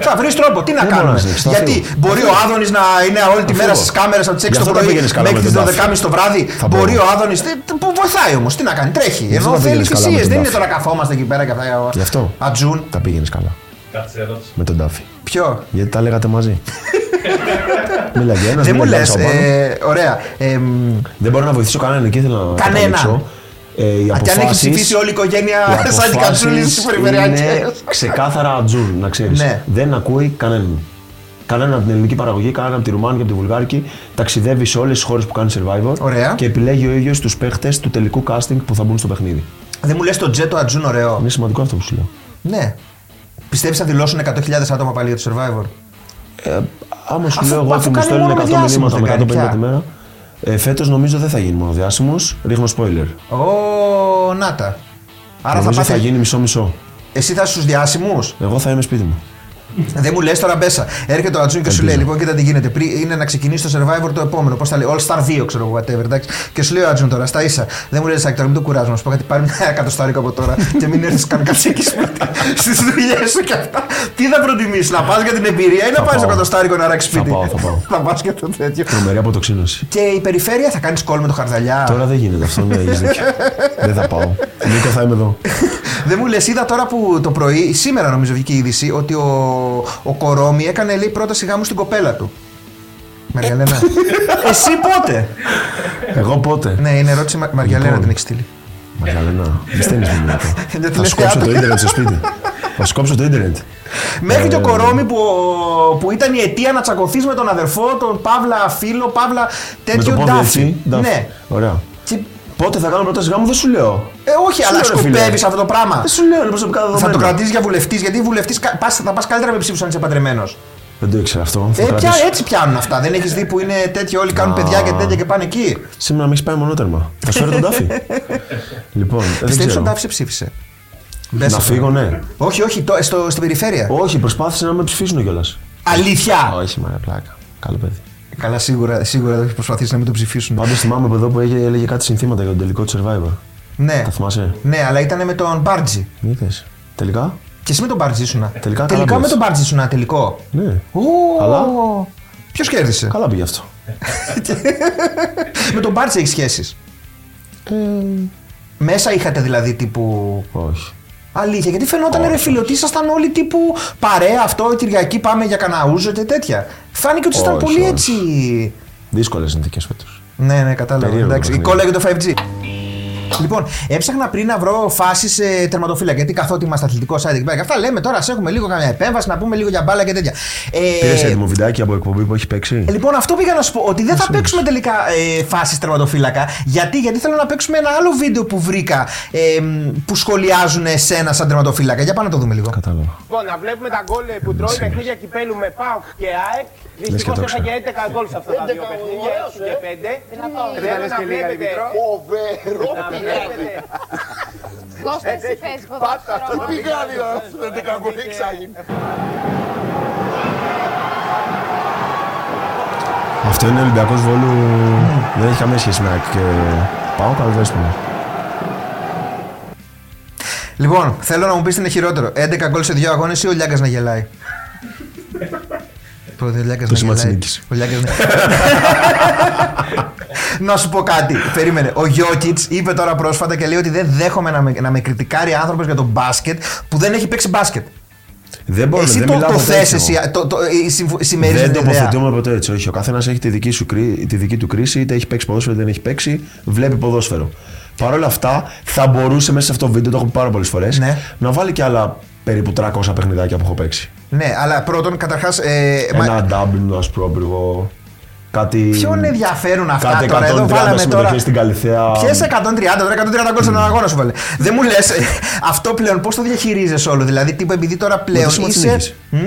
Θα βρεις τρόπο, τι να
Δεν
κάνουμε.
μπορώ να ζήσω, θα
Γιατί
φύγω.
μπορεί ο Άδωνης να είναι όλη τη
Θα
μέρα
φύγω.
στις κάμερες από τις 6
Γι'
το
αυτό
πρωί
δεν πήγαινες καλά
μέχρι
με
τις
τον
12.30 το βράδυ.
Θα
Μπορεί
πήγαινε.
ο Άδωνης. Που βοηθάει όμως, τι να κάνει, τρέχει.
αυτό
Ενώ θέλει
θα πήγαινες καλά με
θυσίε.
τον
Δεν είναι
Τάφη.
τώρα καθόμαστε εκεί πέρα και αυτά.
Γι' αυτό.
Ατζούν.
Τα πήγαινες καλά
Κάτσε ερώτηση.
με τον Τάφι.
Ποιο. (laughs)
Γιατί τα λέγατε μαζί. Μιλάει για ένας,
Δεν μου λε.
μιλάει για άλλους απάνω.
Ωραία. Ε, μ,
Δεν μπορώ να βοηθήσω κανέναν εκεί, θέλω να
Κανέναν.
καταλήξω. Ε, οι
και αν έχει
αποφάσεις-
ψηφίσει όλη η
οι
οικογένεια (laughs) σαν την
αποφάσεις
κατσούλη στι
είναι
περιφερειακέ.
Ξεκάθαρα τζουν, να ξέρεις.
Ναι.
Δεν ακούει κανέναν. Κανέναν από την ελληνική παραγωγή, κανέναν από τη Ρουμάνια και από τη Βουλγάρικη. Ταξιδεύει σε όλες τις χώρες που κάνει survivor.
Ωραία.
Και επιλέγει ο ίδιος τους παίχτες του τελικού casting που θα μπουν στο παιχνίδι.
Δεν μου λες το Τζέτο Ατζούν ωραίο.
Είναι σημαντικό αυτό που σου λέω.
Ναι. Πιστεύεις θα δηλώσουν 100.000 άτομα πάλι για το survivor.
Άμα σου
Αφού-
λέω εγώ
αφού
ότι μου
κάνει
στέλνουν 100
μόνο με διάσημους
μηνύματα με
δεν
150
κάνει
τη
πια.
μέρα. Ε, Φέτος νομίζω δεν θα γίνει μόνο διάσημο. Ρίχνω spoiler.
Ω, να τα. Άρα θα
νομίζω θα
πάτε.
γίνει μισό-μισό.
Εσύ θα στους διάσημους.
Εγώ θα είμαι σπίτι μου.
Δεν μου λες τώρα μπέσα. Έρχεται ο Ατζούν και σου λέει: Λοιπόν, κοίτα τι γίνεται. Πριν είναι να ξεκινήσει το survivor το επόμενο. Πώς τα λέει, All Star 2, ξέρω εγώ, whatever. Εντάξει. Και σου λέει ο Ατζούν τώρα, στα ίσα. Δεν μου λες, Ακτόρ, μην το κουράζουμε. Να Σου πω κάτι, πάρει ένα εκατοστάρικο από τώρα και μην έρθεις καν εκεί
(laughs)
στις δουλειές σου και αυτά. Τι θα προτιμήσεις, να πας για την εμπειρία ή να
Θα
πας στο
πάω.
εκατοστάρικο (laughs) να ράξεις
Θα
σπίτι.
πάω, θα πάω.
Θα πας και το τέτοιο.
Τρομερή αποτοξίνωση.
Και η περιφέρεια θα κάνει κόλ με το χαρδαλιά.
Τώρα δεν γίνεται αυτό,
(laughs)
ναι, έχεις δίκιο. δεν θα πάω. Νίκο, θα είμαι εδώ.
Δεν μου λες, είδα τώρα που το πρωί, σήμερα νομίζω βγήκε η είδηση, ότι ο, ο Κορόμι έκανε λέει πρόταση γάμου στην κοπέλα του. Μαργιαλένα.
Ε.
Εσύ πότε!
Εγώ πότε.
ναι, είναι ερώτηση Μα- Μαργιαλένα
Λοιπόν.
την έχεις στείλει.
Μαργαλένα, μη στέλνεις
(laughs)
μου μετά.
λες
Θα σκόψω
θεάτρο.
το ίντερνετ στο σπίτι. Θα σκόψω το ίντερνετ.
Μέχρι και ο
Ε,
Κορόμι που, που ήταν η αιτία να τσακωθείς με τον αδερφό, τον Παύλα φίλο, Παύλα
Με το
τέτοιο
πόδι έτσι.
Ντάφι.
Ντάφι.
Ναι.
Ωραία.
Και-
Πότε θα κάνω πρόταση γάμου, δεν σου λέω.
Ε, όχι,
Σου
αλλά
λέω, ρε φίλε. Ε,
σκοπεύεις αυτό το πράγμα.
Δεν σου λέω, είναι προσωπικά
Ε, Θα
δεδομένα.
το κρατήσεις για βουλευτής, γιατί βουλευτής θα πας καλύτερα με ψήφους αν είσαι παντρεμένος.
Δεν το ήξερα αυτό. Θα
Ε, πια,
κρατήσω.
έτσι πιάνουν αυτά. Δεν έχεις δει που είναι τέτοιοι, όλοι κάνουν
Α.
παιδιά και τέτοια και πάνε εκεί.
Σήμερα με έχεις πάει μονότερμα. Θα σου φέρω τον
(laughs)
τάφι. λοιπόν, ε, δεν
Πιστεύεις ότι ο
ξέρω.
Ντάφη σε ψήφισε. Μπες
Να
εδώ.
φύγω, ναι.
Όχι, όχι, το, ε, στο, στην περιφέρεια.
Όχι, προσπάθησε να με ψηφίσουν κιόλας.
Αλήθεια!
Όχι, μαρία πλάκα. Καλό παιδί.
Καλά, σίγουρα, σίγουρα έχεις προσπαθήσει να μην το ψηφίσουν.
Πάντως θυμάμαι από εδώ που έλεγε, έλεγε κάτι συνθήματα για τον τελικό του survivor.
Ναι.
Τα θυμάσαι.
Ναι, αλλά ήταν με τον Μπάρτζι.
Είδε. Τελικά.
Και εσύ με τον Μπάρτζι ήσουνα.
Τελικά καλά
τελικά με
μπες.
τον Μπάρτζι ήσουνα, τελικό.
Ναι. Αλλά-
Αλλά. Ποιος κέρδισε.
Καλά πήγε αυτό.
με τον Μπάρτζι έχεις σχέσεις. Μέσα είχατε δηλαδή τύπου.
Όχι.
Αλήθεια, γιατί φαινόταν
Όχι,
ρε φίλε ότι ήσασταν όλοι τύπου παρέα αυτό, Κυριακή πάμε για καναούζο και τέτοια. Φάνηκε ότι ήσασταν
Όχι,
πολύ
όχι.
έτσι.
Δύσκολες συνθήκες φέτος.
Ναι, ναι, κατάλαβα.
Περίεργο
Εντάξει, η
παιχνίδι.
κόλλα για το 5G. Λοιπόν, έψαχνα πριν να βρω φάσεις ε, τερματοφύλακα. Γιατί καθότι είμαστε αθλητικό site εκεί πέρα και αυτά λέμε τώρα, σε έχουμε λίγο καμιά επέμβαση να πούμε λίγο για μπάλα και τέτοια. Ε,
Πήρες έτοιμο βιντεάκι από εκπομπή που έχει παίξει.
Λοιπόν, αυτό πήγα να σου πω ότι δεν θα παίξουμε τελικά ε, φάσεις τερματοφύλακα. Γιατί, γιατί θέλω να παίξουμε ένα άλλο βίντεο που βρήκα ε, μ, που σχολιάζουν εσένα σαν τερματοφύλακα. Για πάμε να το δούμε λίγο.
Κατάλαβα.
Λοιπόν, να βλέπουμε τα γκολ που τρώει παιχνίδια κυπέλου με ΠΑΟΚ και ΑΕΚ. Δυστυχώ
το
έχα
ξέρω.
και 11 γκολ σε αυτά τα δύο παιχνίδια, 6 και 5. Θέλω να βλέπετε.
Φοβερό
Να
πηγάδι.
βλέπετε. Ε,
Κώστα, εσύ πες
Πάτα,
ποδόσφαιρο.
το πηγάδι να δεν κάνω εξάγει.
Αυτό είναι Ολυμπιακός Βόλου. Δεν έχει καμία σχέση με ΑΕΚ και πάω καλό δέσπονο.
Λοιπόν, θέλω να μου πεις τι είναι χειρότερο. 11 γκολ σε δύο αγώνες ή ο Λιάγκα να
(laughs)
γελάει. Πρώτα, ο Λιάγκας
Το
να
σήμα της
γελάει.
νίκης.
Ο Λιάγκας να... (laughs) να σου πω κάτι. Περίμενε. Ο Γιώκητ είπε τώρα πρόσφατα και λέει ότι δεν δέχομαι να με, να με κριτικάρει άνθρωπος για τον μπάσκετ που δεν έχει παίξει μπάσκετ.
Δεν μπορώ
εσύ
δεν
το,
μιλάω
το
ποτέ
θε,
έτσι εγώ.
εσύ. Το, το, η συμφου- συμμερίζεσαι
Δεν
την ιδέα.
τοποθετούμε ποτέ έτσι. Όχι, ο καθένας έχει τη δική, σου, κρί- τη δική του κρίση, είτε έχει παίξει ποδόσφαιρο είτε δεν έχει παίξει. Βλέπει ποδόσφαιρο. Παρ' όλα αυτά, θα μπορούσε μέσα σε αυτό το βίντεο, το έχω πει πάρα πολλές φορές,
Ναι.
να βάλει και άλλα περίπου 300 παιχνιδάκια που έχω παίξει.
Ναι, αλλά πρώτον, καταρχάς. Ε, μα-
Ένα Dublin, ας πούμε, κάτι.
Ποιον ενδιαφέρουν αυτά
κάτι
τώρα, εδώ
130
βάλαμε
συμμετοχές
τώρα-
στην Καλυθέα.
Ποιες 130, τώρα 130 γκολ σε έναν αγώνα σου βάλε. Δεν μου λες αυτό πλέον πώς το διαχειρίζεσαι όλο. Δηλαδή, τύπου επειδή τώρα πλέον
σήμα της
είσαι.
νίκης.
Μμ.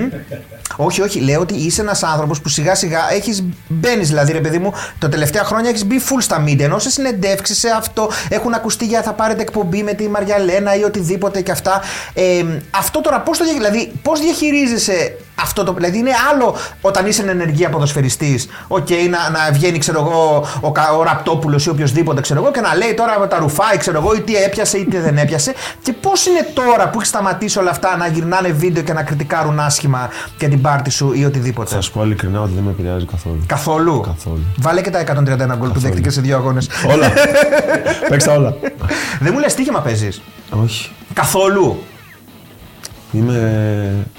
όχι, όχι. Λέω ότι είσαι ένας άνθρωπος που σιγά σιγά έχεις μπαίνεις, δηλαδή ρε παιδί μου, τα τελευταία χρόνια έχεις μπει full στα media. Ενώ σε συνεντεύξεις σε αυτό έχουν ακουστεί για θα πάρετε εκπομπή με τη Μαριαλένα ή οτιδήποτε και αυτά. Ε, αυτό τώρα πώς το διαχει- δηλαδή, πώς διαχειρίζεσαι αυτό το. Δηλαδή είναι άλλο όταν είσαι εν ενεργεία ποδοσφαιριστής. Οκ, να, να βγαίνει, ξέρω εγώ, ο, Κα- ο Ραπτόπουλος ή οποιοδήποτε, ξέρω εγώ, και να λέει τώρα τα ρουφάει, ξέρω εγώ, ή τι έπιασε ή τι δεν έπιασε. Και πώς είναι τώρα που έχει σταματήσει όλα αυτά να γυρνάνε βίντεο και να κριτικάρουν άσχημα για την πάρτη σου ή οτιδήποτε.
Θα σου πω ειλικρινά ότι δεν με επηρεάζει καθόλου.
Καθόλου.
Καθόλου.
Βάλε και τα 131 γκολ που δέχτηκε σε δύο αγώνες.
όλα. Παίξτε όλα.
δεν μου λες στοίχημα παίζεις.
Όχι.
Καθόλου.
Είμαι.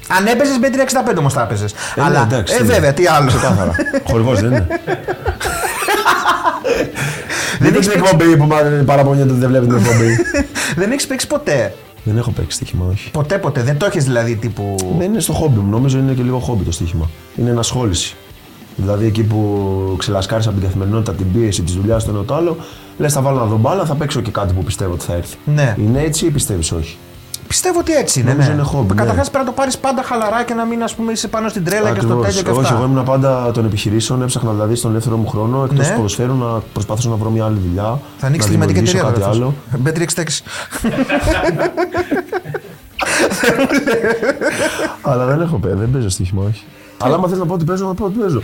Αν έπαιζες με 365 όμως θα έπαιζες.
Ε,
Αλλά.
ναι, εντάξει,
ε,
τι είναι.
βέβαια, τι άλλο.
Ξεκάθαρα. Χορηγός δεν είναι. δεν
έχεις
έχεις την εκπομπή που μάλλον παραπονιέται ότι δεν βλέπεις την εκπομπή.
(laughs) δεν έχεις παίξει ποτέ.
δεν έχω παίξει στοίχημα, όχι.
Ποτέ, ποτέ. Δεν το έχεις δηλαδή τύπου.
Δεν είναι στο χόμπι μου. Νομίζω είναι και λίγο χόμπι το στοίχημα. Είναι ενασχόληση. Δηλαδή εκεί που ξελασκάρει από την καθημερινότητα, την πίεση τη δουλειάς, το ένα το άλλο, λες θα βάλω να δω μπάλα, θα παίξω και κάτι που πιστεύω ότι θα έρθει.
Ναι.
Είναι έτσι ή πιστεύεις όχι.
Πιστεύω ότι έτσι είναι.
Νομίζω
ναι.
είναι χόμπι, ναι.
Καταρχάς πρέπει να το πάρεις πάντα χαλαρά και να μην ας πούμε, είσαι πάνω στην τρέλα και στο
Ακριβώς.
τέλειο και
Όχι,
αυτά.
εγώ ήμουν πάντα των επιχειρήσεων, έψαχνα δηλαδή στον ελεύθερο μου χρόνο εκτός
Ναι.
του ποδοσφαίρου να προσπαθήσω να βρω μια άλλη δουλειά.
Θα ανοίξεις
να
τη χρηματική
δημιουργήσω
εταιρεία.
κάτι
τώρα,
άλλο.
αυτός. Bet365.
Αλλά δεν έχω παί- δεν παίζω στοίχημα, όχι.
Ε.
Αλλά άμα θες να πω ότι παίζω, να πω ότι παίζω.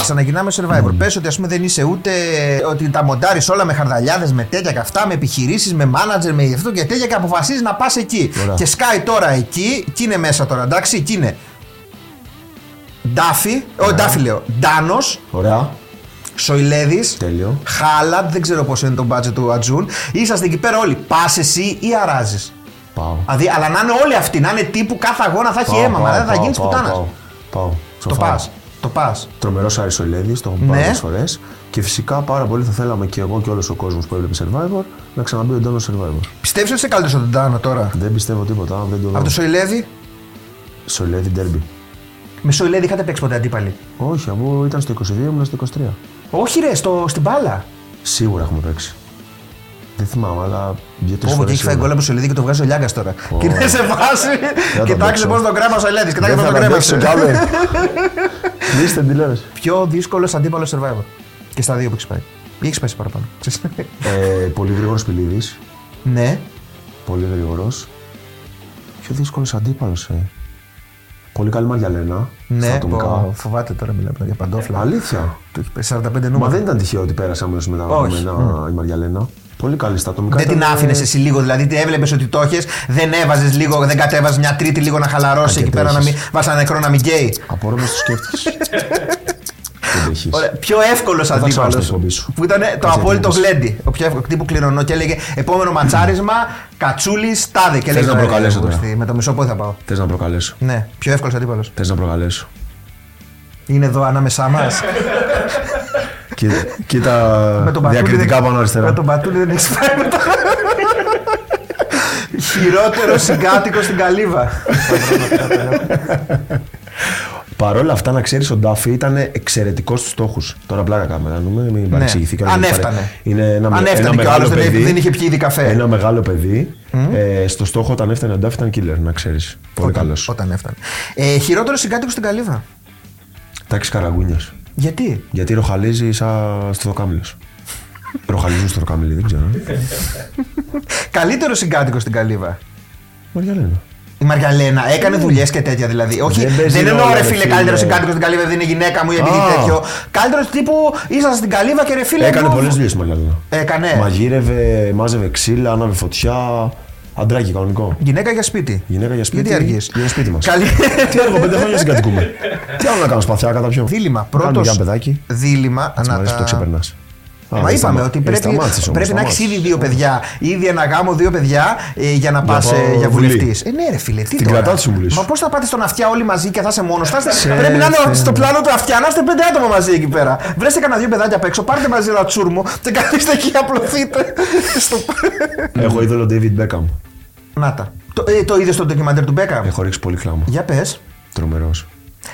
Ξαναγυρνάμε στο survivor. Πες ότι ας πούμε δεν είσαι ούτε. ότι τα μοντάρεις όλα με χαρδαλιάδες, με τέτοια και αυτά, με επιχειρήσεις, με μάνατζερ, με αυτό και τέτοια και αποφασίζεις να πας εκεί.
Ωραία.
Και σκάει τώρα εκεί, εκεί είναι μέσα τώρα, εντάξει, εκεί είναι. Ντάφι,
Ναι.
ο Ντάφι λέω. Ντάνος,
Ωραία.
Σοηλέδης,
Τέλειο.
Χάλαντ, δεν ξέρω πόσο είναι το μπάτζετ του Ατζούν. Είσαστε εκεί πέρα όλοι. Πας εσύ ή αράζεις.
Πάω.
Δηλαδή, αλλά να είναι όλοι αυτοί, να είναι τύπου κάθε αγώνα θα έχει
Πάω,
αίμα, μα
πάω,
δεν θα
πάω,
γίνεις
πάω,
πουτάνας.
πάω, Πάω.
Το
Σοφά.
πας. Το πας.
Τρομερός Άρης Ολέδης, το έχουμε
Ναι.
πάρει πολλές φορές. Και φυσικά πάρα πολύ θα θέλαμε και εγώ και όλος ο κόσμος που έβλεπε Survivor να ξαναμπεί ο Ντάνο Survivor.
Πιστεύεις ότι είσαι καλύτερος από τον Ντάνο τώρα.
Δεν πιστεύω τίποτα, αν δεν το δω.
Από το Σοηλέδη.
Σολέδη Ντέρμπι.
Με Σοηλέδη είχατε παίξει ποτέ αντίπαλοι.
Όχι, αφού ήταν στο 22, ήμουν στο 23.
Όχι ρε, στο, στην μπάλα.
Σίγουρα έχουμε παίξει. Δεν θυμάμαι, αλλά δύο-τρει
Όπω
φορέ.
και έχει φάει γκολ από Σοηλέδη και το βγάζει ο Λιάγκας τώρα.
Ω.
Και δεν σε βάζει.
τον
Κοιτάξτε
παίξω.
πώ τον κρέμα ο Σοηλέδη. Κοιτάξτε πώ τον κρέμα. (laughs)
Κλείστε την τηλεόραση.
Πιο δύσκολο αντίπαλο survivor. Και στα δύο που έχει πάει. Ή έχει πέσει παραπάνω. ξέρεις.
Ε, Πολύ γρήγορος πηλίδη.
ναι.
Πολύ γρήγορος. Πιο δύσκολος αντίπαλος, ε. Πολύ καλή Μαργιαλένα. στα
Ναι,
ατομικά.
πω, φοβάται τώρα μιλάμε για παντόφλα.
Αλήθεια.
Του έχει πέσει 45
Ε. Μα
νούμερα.
δεν ήταν τυχαίο ότι πέρασε αμέσω μετά από
Όχι.
μένα η Μαργιαλένα. Πολύ καλή στα ατομικά.
Δεν την
ήταν, ε,
άφηνες εσύ λίγο, δηλαδή τι έβλεπες ότι το είχε, δεν έβαζες λίγο, δεν κατέβαζες μια τρίτη λίγο να χαλαρώσει εκεί πέρα να μην βάζεις ένα νεκρό να μην καίει.
Απορώ πως το
(laughs)
σκέφτηκε. Δεν τρέχει.
Ωραία, πιο εύκολος
ξανάρθω στην
αντίπαλο.
εκπομπή σου.
Που ήταν το
την
απόλυτο
εκπομπή σου.
γλέντι. Ο πιο εύκολο τύπου κληρωνό και έλεγε Επόμενο ματσάρισμα, κατσούλη, τάδε. Και
Θες
λέγε,
να
«Ωραία,
προκαλέσω
εγώ
τώρα».
στη- Με το μισό πόδι θα πάω.
Θες να προκαλέσω.
Ναι, πιο εύκολος αντίπαλος.
Θες να προκαλέσω.
Είναι εδώ ανάμεσά μας.
(laughs) Κοίτα-
(laughs)
Κοίτα διακριτικά πάνω
Με
αριστερά.
τον Πατούλη δεν έχει φάει
(laughs)
μετά. Χειρότερο συγκάτοικο στην καλύβα.
(laughs) Παρ' όλα αυτά, να ξέρεις, ο Ντάφι ήταν εξαιρετικός στους στόχους. Τώρα πλάκα κάνουμε, να δούμε, μην παρεξηγηθεί κανένας,
Αν
μην παρε-
έφτανε.
Είναι ένα, με-
Αν
ένα
έφτανε Ναι. και ο
μεγάλο
άλλος δεν-
παιδί.
δεν είχε πιει ήδη καφέ.
Ένα μεγάλο παιδί. Ε, στο στόχο, όταν έφτανε ο Ντάφι, ήταν killer, να ξέρεις. Πολύ καλός.
Όταν έφτανε. Ε, χειρότερο συγκάτοικο στην καλύβα.
Τάξη καραγκούνια.
Γιατί.
Γιατί ροχαλίζει σαν στροκάμιλο. Ροχαλίζουν στροκάμιλοι, δεν ξέρω. ε.
Καλύτερος συγκάτοικος στην καλύβα.
Μαριαλένα.
Η Μαργαλένα έκανε δουλειές και τέτοια δηλαδή. Όχι, δεν,
Mm. παίζει
εννοώ
ρόλο,
ρε
ρε
φίλε
φίλε.
καλύτερος συγκάτοικος στην καλύβα επειδή είναι γυναίκα μου ή επειδή
Α.
τέτοιο. Καλύτερος τύπου ήσασταν στην καλύβα και ρε φίλε.
Έκανε
μου-
πολλές δουλειές η Μαριαλένα.
Έκανε.
Μαγείρευε, μάζευε ξύλα, άναβε φωτιά. Αντράκι, κανονικό.
Γυναίκα για σπίτι.
Γυναίκα για σπίτι.
Γιατί αργείς.
Για σπίτι μας.
(laughs) Καλή.
Τι έργο, πέντε χρόνια συγκατοικούμε. Τι άλλο να κάνω, σπαθιά κατά ποιον.
Δίλημα.
Κάνω
Πρώτος.
για παιδάκι.
Δίλημα.
Μ' αρέσει
Ανάτα.
που το Ε, ξεπερνά.
Μα είπαμε ότι πρέπει, πρέπει να έχεις ήδη δύο παιδιά, ήδη ένα γάμο, δύο παιδιά ε, για να πας
πάω
για
βουλή.
βουλευτής. Ε, ναι, ρε φίλε, τι
Την
τώρα.
κρατάω τη συμβουλή σου.
Μα πώς θα πάτε στον αυτιά όλοι μαζί και θα είσαι μόνος. Πρέπει να είναι
σε-
στο πλάνο του αυτιά, να είστε πέντε άτομα μαζί εκεί πέρα. Βρέστε κανένα δύο παιδάκια απ' έξω, πάρτε μαζί ένα τσούρμο και καθίστε εκεί, απλωθείτε. στο...
Έχω είδωλο David Beckham.
να τα. Το, ε, το είδες στο ντοκιμαντέρ του Μπέκα.
Έχω ρίξει πολύ κλάμα.
Για πες.
Τρομερός.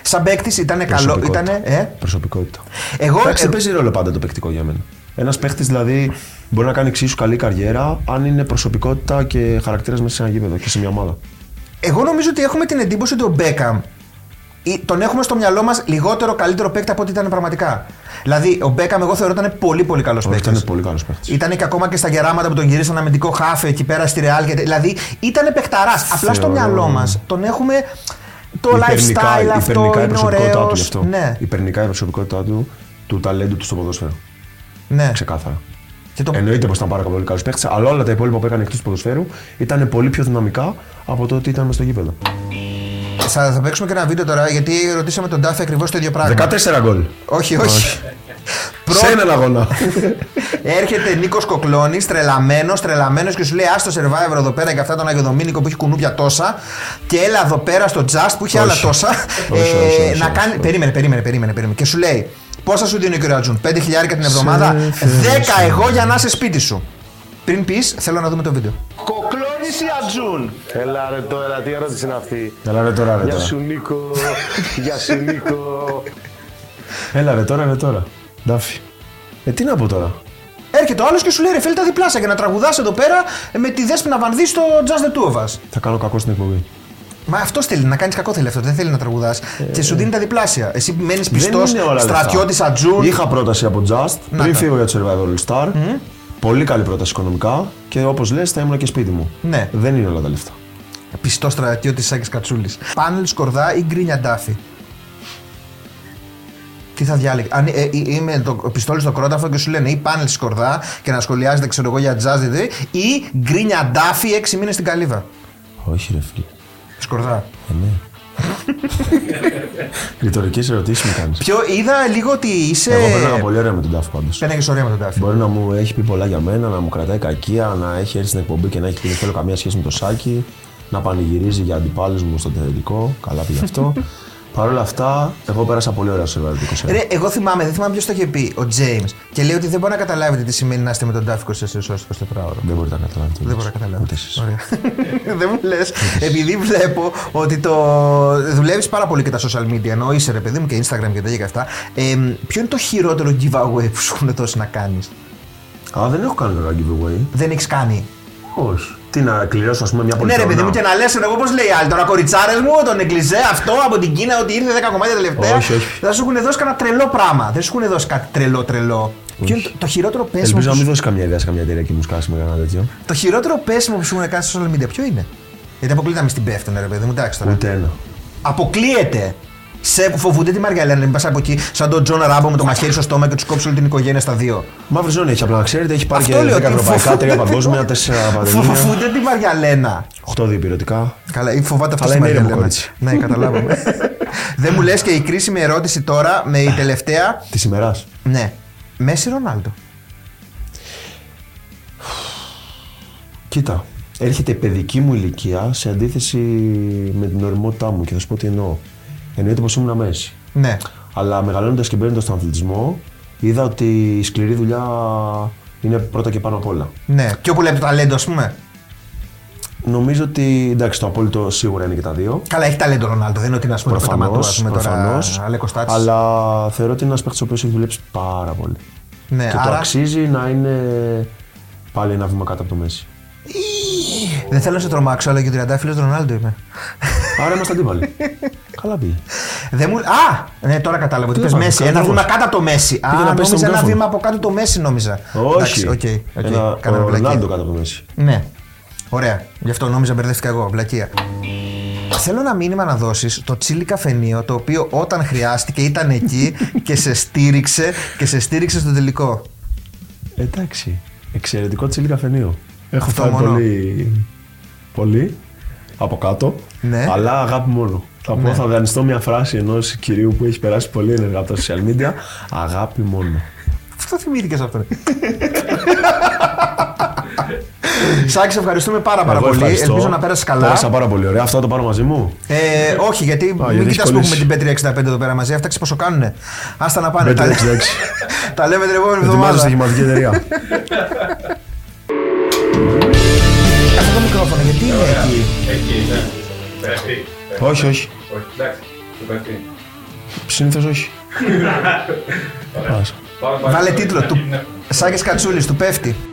Σαν παίκτης ήταν καλό. Ήτανε, ε.
Προσωπικότητα.
Εγώ.
Εντάξει,
ε,
δεν παίζει ρόλο πάντα το παικτικό για μένα. Ένας παίχτης δηλαδή μπορεί να κάνει εξίσου καλή καριέρα αν είναι προσωπικότητα και χαρακτήρας μέσα σε ένα γήπεδο και σε μια ομάδα.
Εγώ νομίζω ότι έχουμε την εντύπωση ότι ο Μπέκαμ ή- τον έχουμε στο μυαλό μας λιγότερο καλύτερο παίκτη από ό,τι ήταν πραγματικά. Δηλαδή, ο Μπέκαμ, εγώ θεωρώ ήταν πολύ πολύ καλός
Όχι,
παίκτης.
ήταν πολύ καλός παίχτη.
Ήταν και ακόμα και στα γεράματα που τον γυρίσαν αμυντικό χάφε εκεί πέρα στη Ρεάλ. Και... τε- Δηλαδή, ήταν παιχταρά. Απλά στο
Θεωρώ-
μυαλό μας τον έχουμε. Το
Υπερνικά-
lifestyle αυτό
υπερνικά η
είναι
προσωπικότητά του
ωραίος.
γι' αυτό.
Ναι,
Υπερνικά η προσωπικότητά του του ταλέντου του στο ποδόσφαιρο.
ναι.
Ξεκάθαρα.
Και το...
Εννοείται πως ήταν πάρα πολύ καλός παίχτη, αλλά όλα τα υπόλοιπα που έκανε εκτός ποδοσφαίρου ήταν πολύ πιο δυναμικά από το ότι ήταν μες στο γήπεδο.
Θα, θα παίξουμε και ένα βίντεο τώρα γιατί ρωτήσαμε τον Ντάφη ακριβώς το ίδιο πράγμα.
14 γκολ.
Όχι, όχι. Πρώτο-
Σε έναν αγώνα.
Έρχεται Νίκος Κοκλώνης, τρελαμένος, τρελαμένος και σου λέει: Άστο survivor εδώ πέρα και αυτά τον Άγιο Δομήνικο που έχει κουνούπια τόσα. Και έλα εδώ πέρα στο Just που έχει άλλα
Όχι.
τόσα.
Όχι, όχι,
Ε,
όχι, όχι,
να κάνει.
όχι.
Περίμενε, περίμενε, περίμενε, περίμενε. Και σου λέει: Πόσα σου δίνει ο κύριο Ατζούν, 5 χιλιάρικα την εβδομάδα, 10 εγώ για να είσαι σπίτι σου. Πριν πεις, θέλω να δούμε το βίντεο.
Κοκλώνης ή Ατζούν. Έλα ρε τώρα, τι ερώτηση είναι αυτή.
(laughs) Έλα ρε τώρα, ρε
Γεια
τώρα.
σου
(laughs)
Νίκο, γεια σου Νίκο.
Έλα ρε τώρα, ρε τώρα. Ντάφι. Ε, τι να πω τώρα.
Έρχεται ο άλλος και σου λέει: Ρε φίλε, τα διπλάσια για να τραγουδάς εδώ πέρα με τη δέσπινα βανδύ στο Just the Two of Us.
Θα κάνω κακό στην εκπομπή.
Μα αυτό θέλει, να κάνεις κακό θέλει αυτό. Δεν θέλει να τραγουδάς. και σου δίνει τα διπλάσια. Εσύ μένεις πιστό,
Ε, Δεν είναι όλα λεφτά.
στρατιώτης Ατζούν.
Είχα πρόταση από Just
Να
πριν
τα.
φύγω για το Survivor All Star. Πολύ καλή πρόταση οικονομικά και όπως λες, θα ήμουν και σπίτι μου.
Ναι.
Δεν είναι όλα τα λεφτά.
Πιστός στρατιώτης Σάκης Κατσούλης. Πάνελ Σκορδά ή Γκρίνια Ντάφη. Τι θα διάλεγε. Αν ε, ε, είμαι το πιστόλι στο κρόταφο και σου λένε ή πάνελ Σκορδά και να σχολιάζετε, ξέρω εγώ, για τζάζ δε, ή Γκρίνια Ντάφη έξι μήνες στην καλύβα.
Όχι, ρε φίλε. Ε, ναι.
Σκορδά. (laughs)
Ρητορικές ερωτήσεις μου κάνεις.
Πιο είδα λίγο ότι είσαι.
Εγώ πέρανα πολύ ωραία με τον Ντάφ πάντω.
Πέρναγες ωραία με τον Ντάφη.
Μπορεί να μου έχει πει πολλά για μένα, να μου κρατάει κακία, να έχει έρθει στην εκπομπή και να έχει πει δεν θέλω καμία σχέση με το σάκι, να πανηγυρίζει για αντιπάλους μου στο τελικό. Καλά πήγε
(laughs)
αυτό. Παρ' όλα αυτά, εγώ πέρασα πολύ ωραία στο Survivor 21.
Ρε, εγώ θυμάμαι, δεν θυμάμαι ποιος το είχε πει, ο Τζέιμ. Και λέει ότι δεν μπορεί να καταλάβετε τι σημαίνει να είστε με τον Ντάφη 24 ώρε 24 ώρο.
Δεν μπορείτε να καταλάβετε.
Δεν μπορώ να καταλάβω.
Ούτε εσείς.
Ωραία. (laughs) δεν μου λες. Επειδή βλέπω ότι το. Δουλεύεις πάρα πολύ και τα social media, ενώ είσαι ρε παιδί μου και Instagram και τέτοια και αυτά. Ε, ποιο είναι το χειρότερο giveaway που σου έχουν δώσει να κάνεις.
Α, δεν έχω κάνει κανένα giveaway.
Δεν έχεις κάνει.
Όχι. Τι να κληρώσω, ας πούμε, μια
Ναι,
πολιτεία.
ρε παιδί μου, και να λες, εγώ πώς λέει άλλη. Τώρα κοριτσάρες μου, τον εγκλιζέ αυτό από την Κίνα, ότι ήρθε 10 κομμάτια τελευταία.
Όχι, όχι.
Θα σου έχουν δώσει κανένα τρελό πράγμα. Δεν σου έχουν δώσει κάτι τρελό, τρελό. Ποιο είναι το, το χειρότερο πέσιμο,
Ελπίζω
που
να μην
σου,
δώσει καμιά ιδέα σε καμιά εταιρεία και μου σκάσει με κανένα τέτοιο.
το χειρότερο πέσιμο που σου έχουν κάνει στα social media, ποιο είναι. Γιατί αποκλείται να μην στην πέφτουνε, ρε παιδί μου, εντάξει τώρα.
Ούτε ένα.
Αποκλείεται. Σε φοβούνται τη Μαργαλένα, μην πας από εκεί, σαν τον Τζον Ράμπο με το μαχαίρι στο στόμα και τους κόψεις όλη την οικογένεια στα δύο.
Μαύρη ζώνη έχει, απλά να ξέρετε, έχει πάρει και
Αυτό λέω
10
ότι
ευρωπαϊκά, 3
φοβούνται.
παγκόσμια, 4 πανελλήνια,
Φοβούνται τη Μαργαλένα.
8 διπυρωτικά.
Καλά, ή φοβάται αυτός
Αλλά
στη
είναι ήρεμο
Μαργαλένα.
κορίτσι.
Ναι,
(laughs)
καταλάβαμε. Δεν μου λες και η κρίσιμη ερώτηση τώρα με η τελευταία.
Της ημεράς.
Ναι. Μέση Ρονάλντο.
Κοίτα, έρχεται η παιδική μου ηλικία σε αντίθεση με την οριμότητά μου και θα σου πω τι εννοώ. Εννοείται πως ήμουν μέση.
Ναι.
Αλλά μεγαλώνοντας και μπαίνοντας στον αθλητισμό, είδα ότι η σκληρή δουλειά είναι πρώτα και πάνω απ' όλα.
Ναι. Και όπου λέει το ταλέντο, ας πούμε.
Νομίζω ότι εντάξει, το απόλυτο σίγουρα είναι και τα δύο.
Καλά, έχει ταλέντο ο Ρονάλντο. Δεν είναι ότι είναι α πούμε το
Προφανώς.
πούμε τώρα.
Προφανώς,
Αλέκο Τάτσι.
αλλά θεωρώ ότι είναι ένας παίκτης ο οποίος έχει δουλέψει πάρα πολύ.
Ναι,
και το
άρα
αξίζει να είναι πάλι ένα βήμα κάτω από το μέση.
δεν θέλω να σε τρομάξω, αλλά και ο τριαντάφυλλο Ρονάλντο είμαι.
Άρα είμαστε
(laughs)
αντίπαλοι. Καλά πήγε.
Δεν μου... Α! Ναι, τώρα κατάλαβα ότι
Τι
πες
είπαμε,
Μέση. Ένα
καλός.
βήμα κάτω από το Μέση.
να
Α, νόμιζα
πέσει στο
ένα
μικρόφωνο.
βήμα από κάτω το Μέση, νόμιζα.
Όχι.
Εντάξει, οκ, οκ.
Ένα,
Κάναμε
ο Ρονάλντο
βλακεία.
κάτω από το μέση.
Ναι. Ωραία. Γι' αυτό νόμιζα μπερδεύτηκα εγώ. Βλακεία. Θέλω ένα μήνυμα να δώσεις το τσίλι καφενείο το οποίο όταν χρειάστηκε ήταν
(laughs)
εκεί και σε στήριξε και σε στήριξε στο τελικό.
Εντάξει. Εξαιρετικό τσίλι καφενείο. Έχω
Αυτό
φάει
μόνο.
πολύ. πολύ. Από κάτω.
Ναι.
Αλλά αγάπη μόνο. Θα πω, θα δανειστώ μια φράση ενός κυρίου που έχει περάσει πολύ ενεργά από τα social media. Αγάπη μόνο.
Αυτό θυμήθηκες
(laughs)
αυτό. Σάκη, σε ευχαριστούμε πάρα, πάρα
Εγώ
πολύ.
ευχαριστώ.
Ελπίζω να πέρασε καλά.
Πέρασα πάρα πολύ ωραία. Αυτό το πάρω μαζί μου.
Ε, όχι, γιατί
γιατί
μην
έχει
κοιτά που έχουμε
κολλήσει.
την Πέτρια 65 εδώ πέρα μαζί. Αυτά ξέρεις πόσο κάνουνε. Άστα να πάνε. τα-
Πέτρια 66.
(laughs) Τα λέμε την επόμενη
Ετοιμάζεσαι
εβδομάδα.
στη γυμναστική εταιρεία.
(laughs) Αυτό το μικρόφωνο, γιατί είναι εκεί.
Εκεί, ναι. Πέφτει.
όχι,
Όχι,
όχι.
εντάξει. Του πέφτει.
Συνήθως όχι. Πάσα.
Πάμε, πάμε.
Βάλε τίτλο του.
Ναι.
Σάκης Κατσούλης, του πέφτει.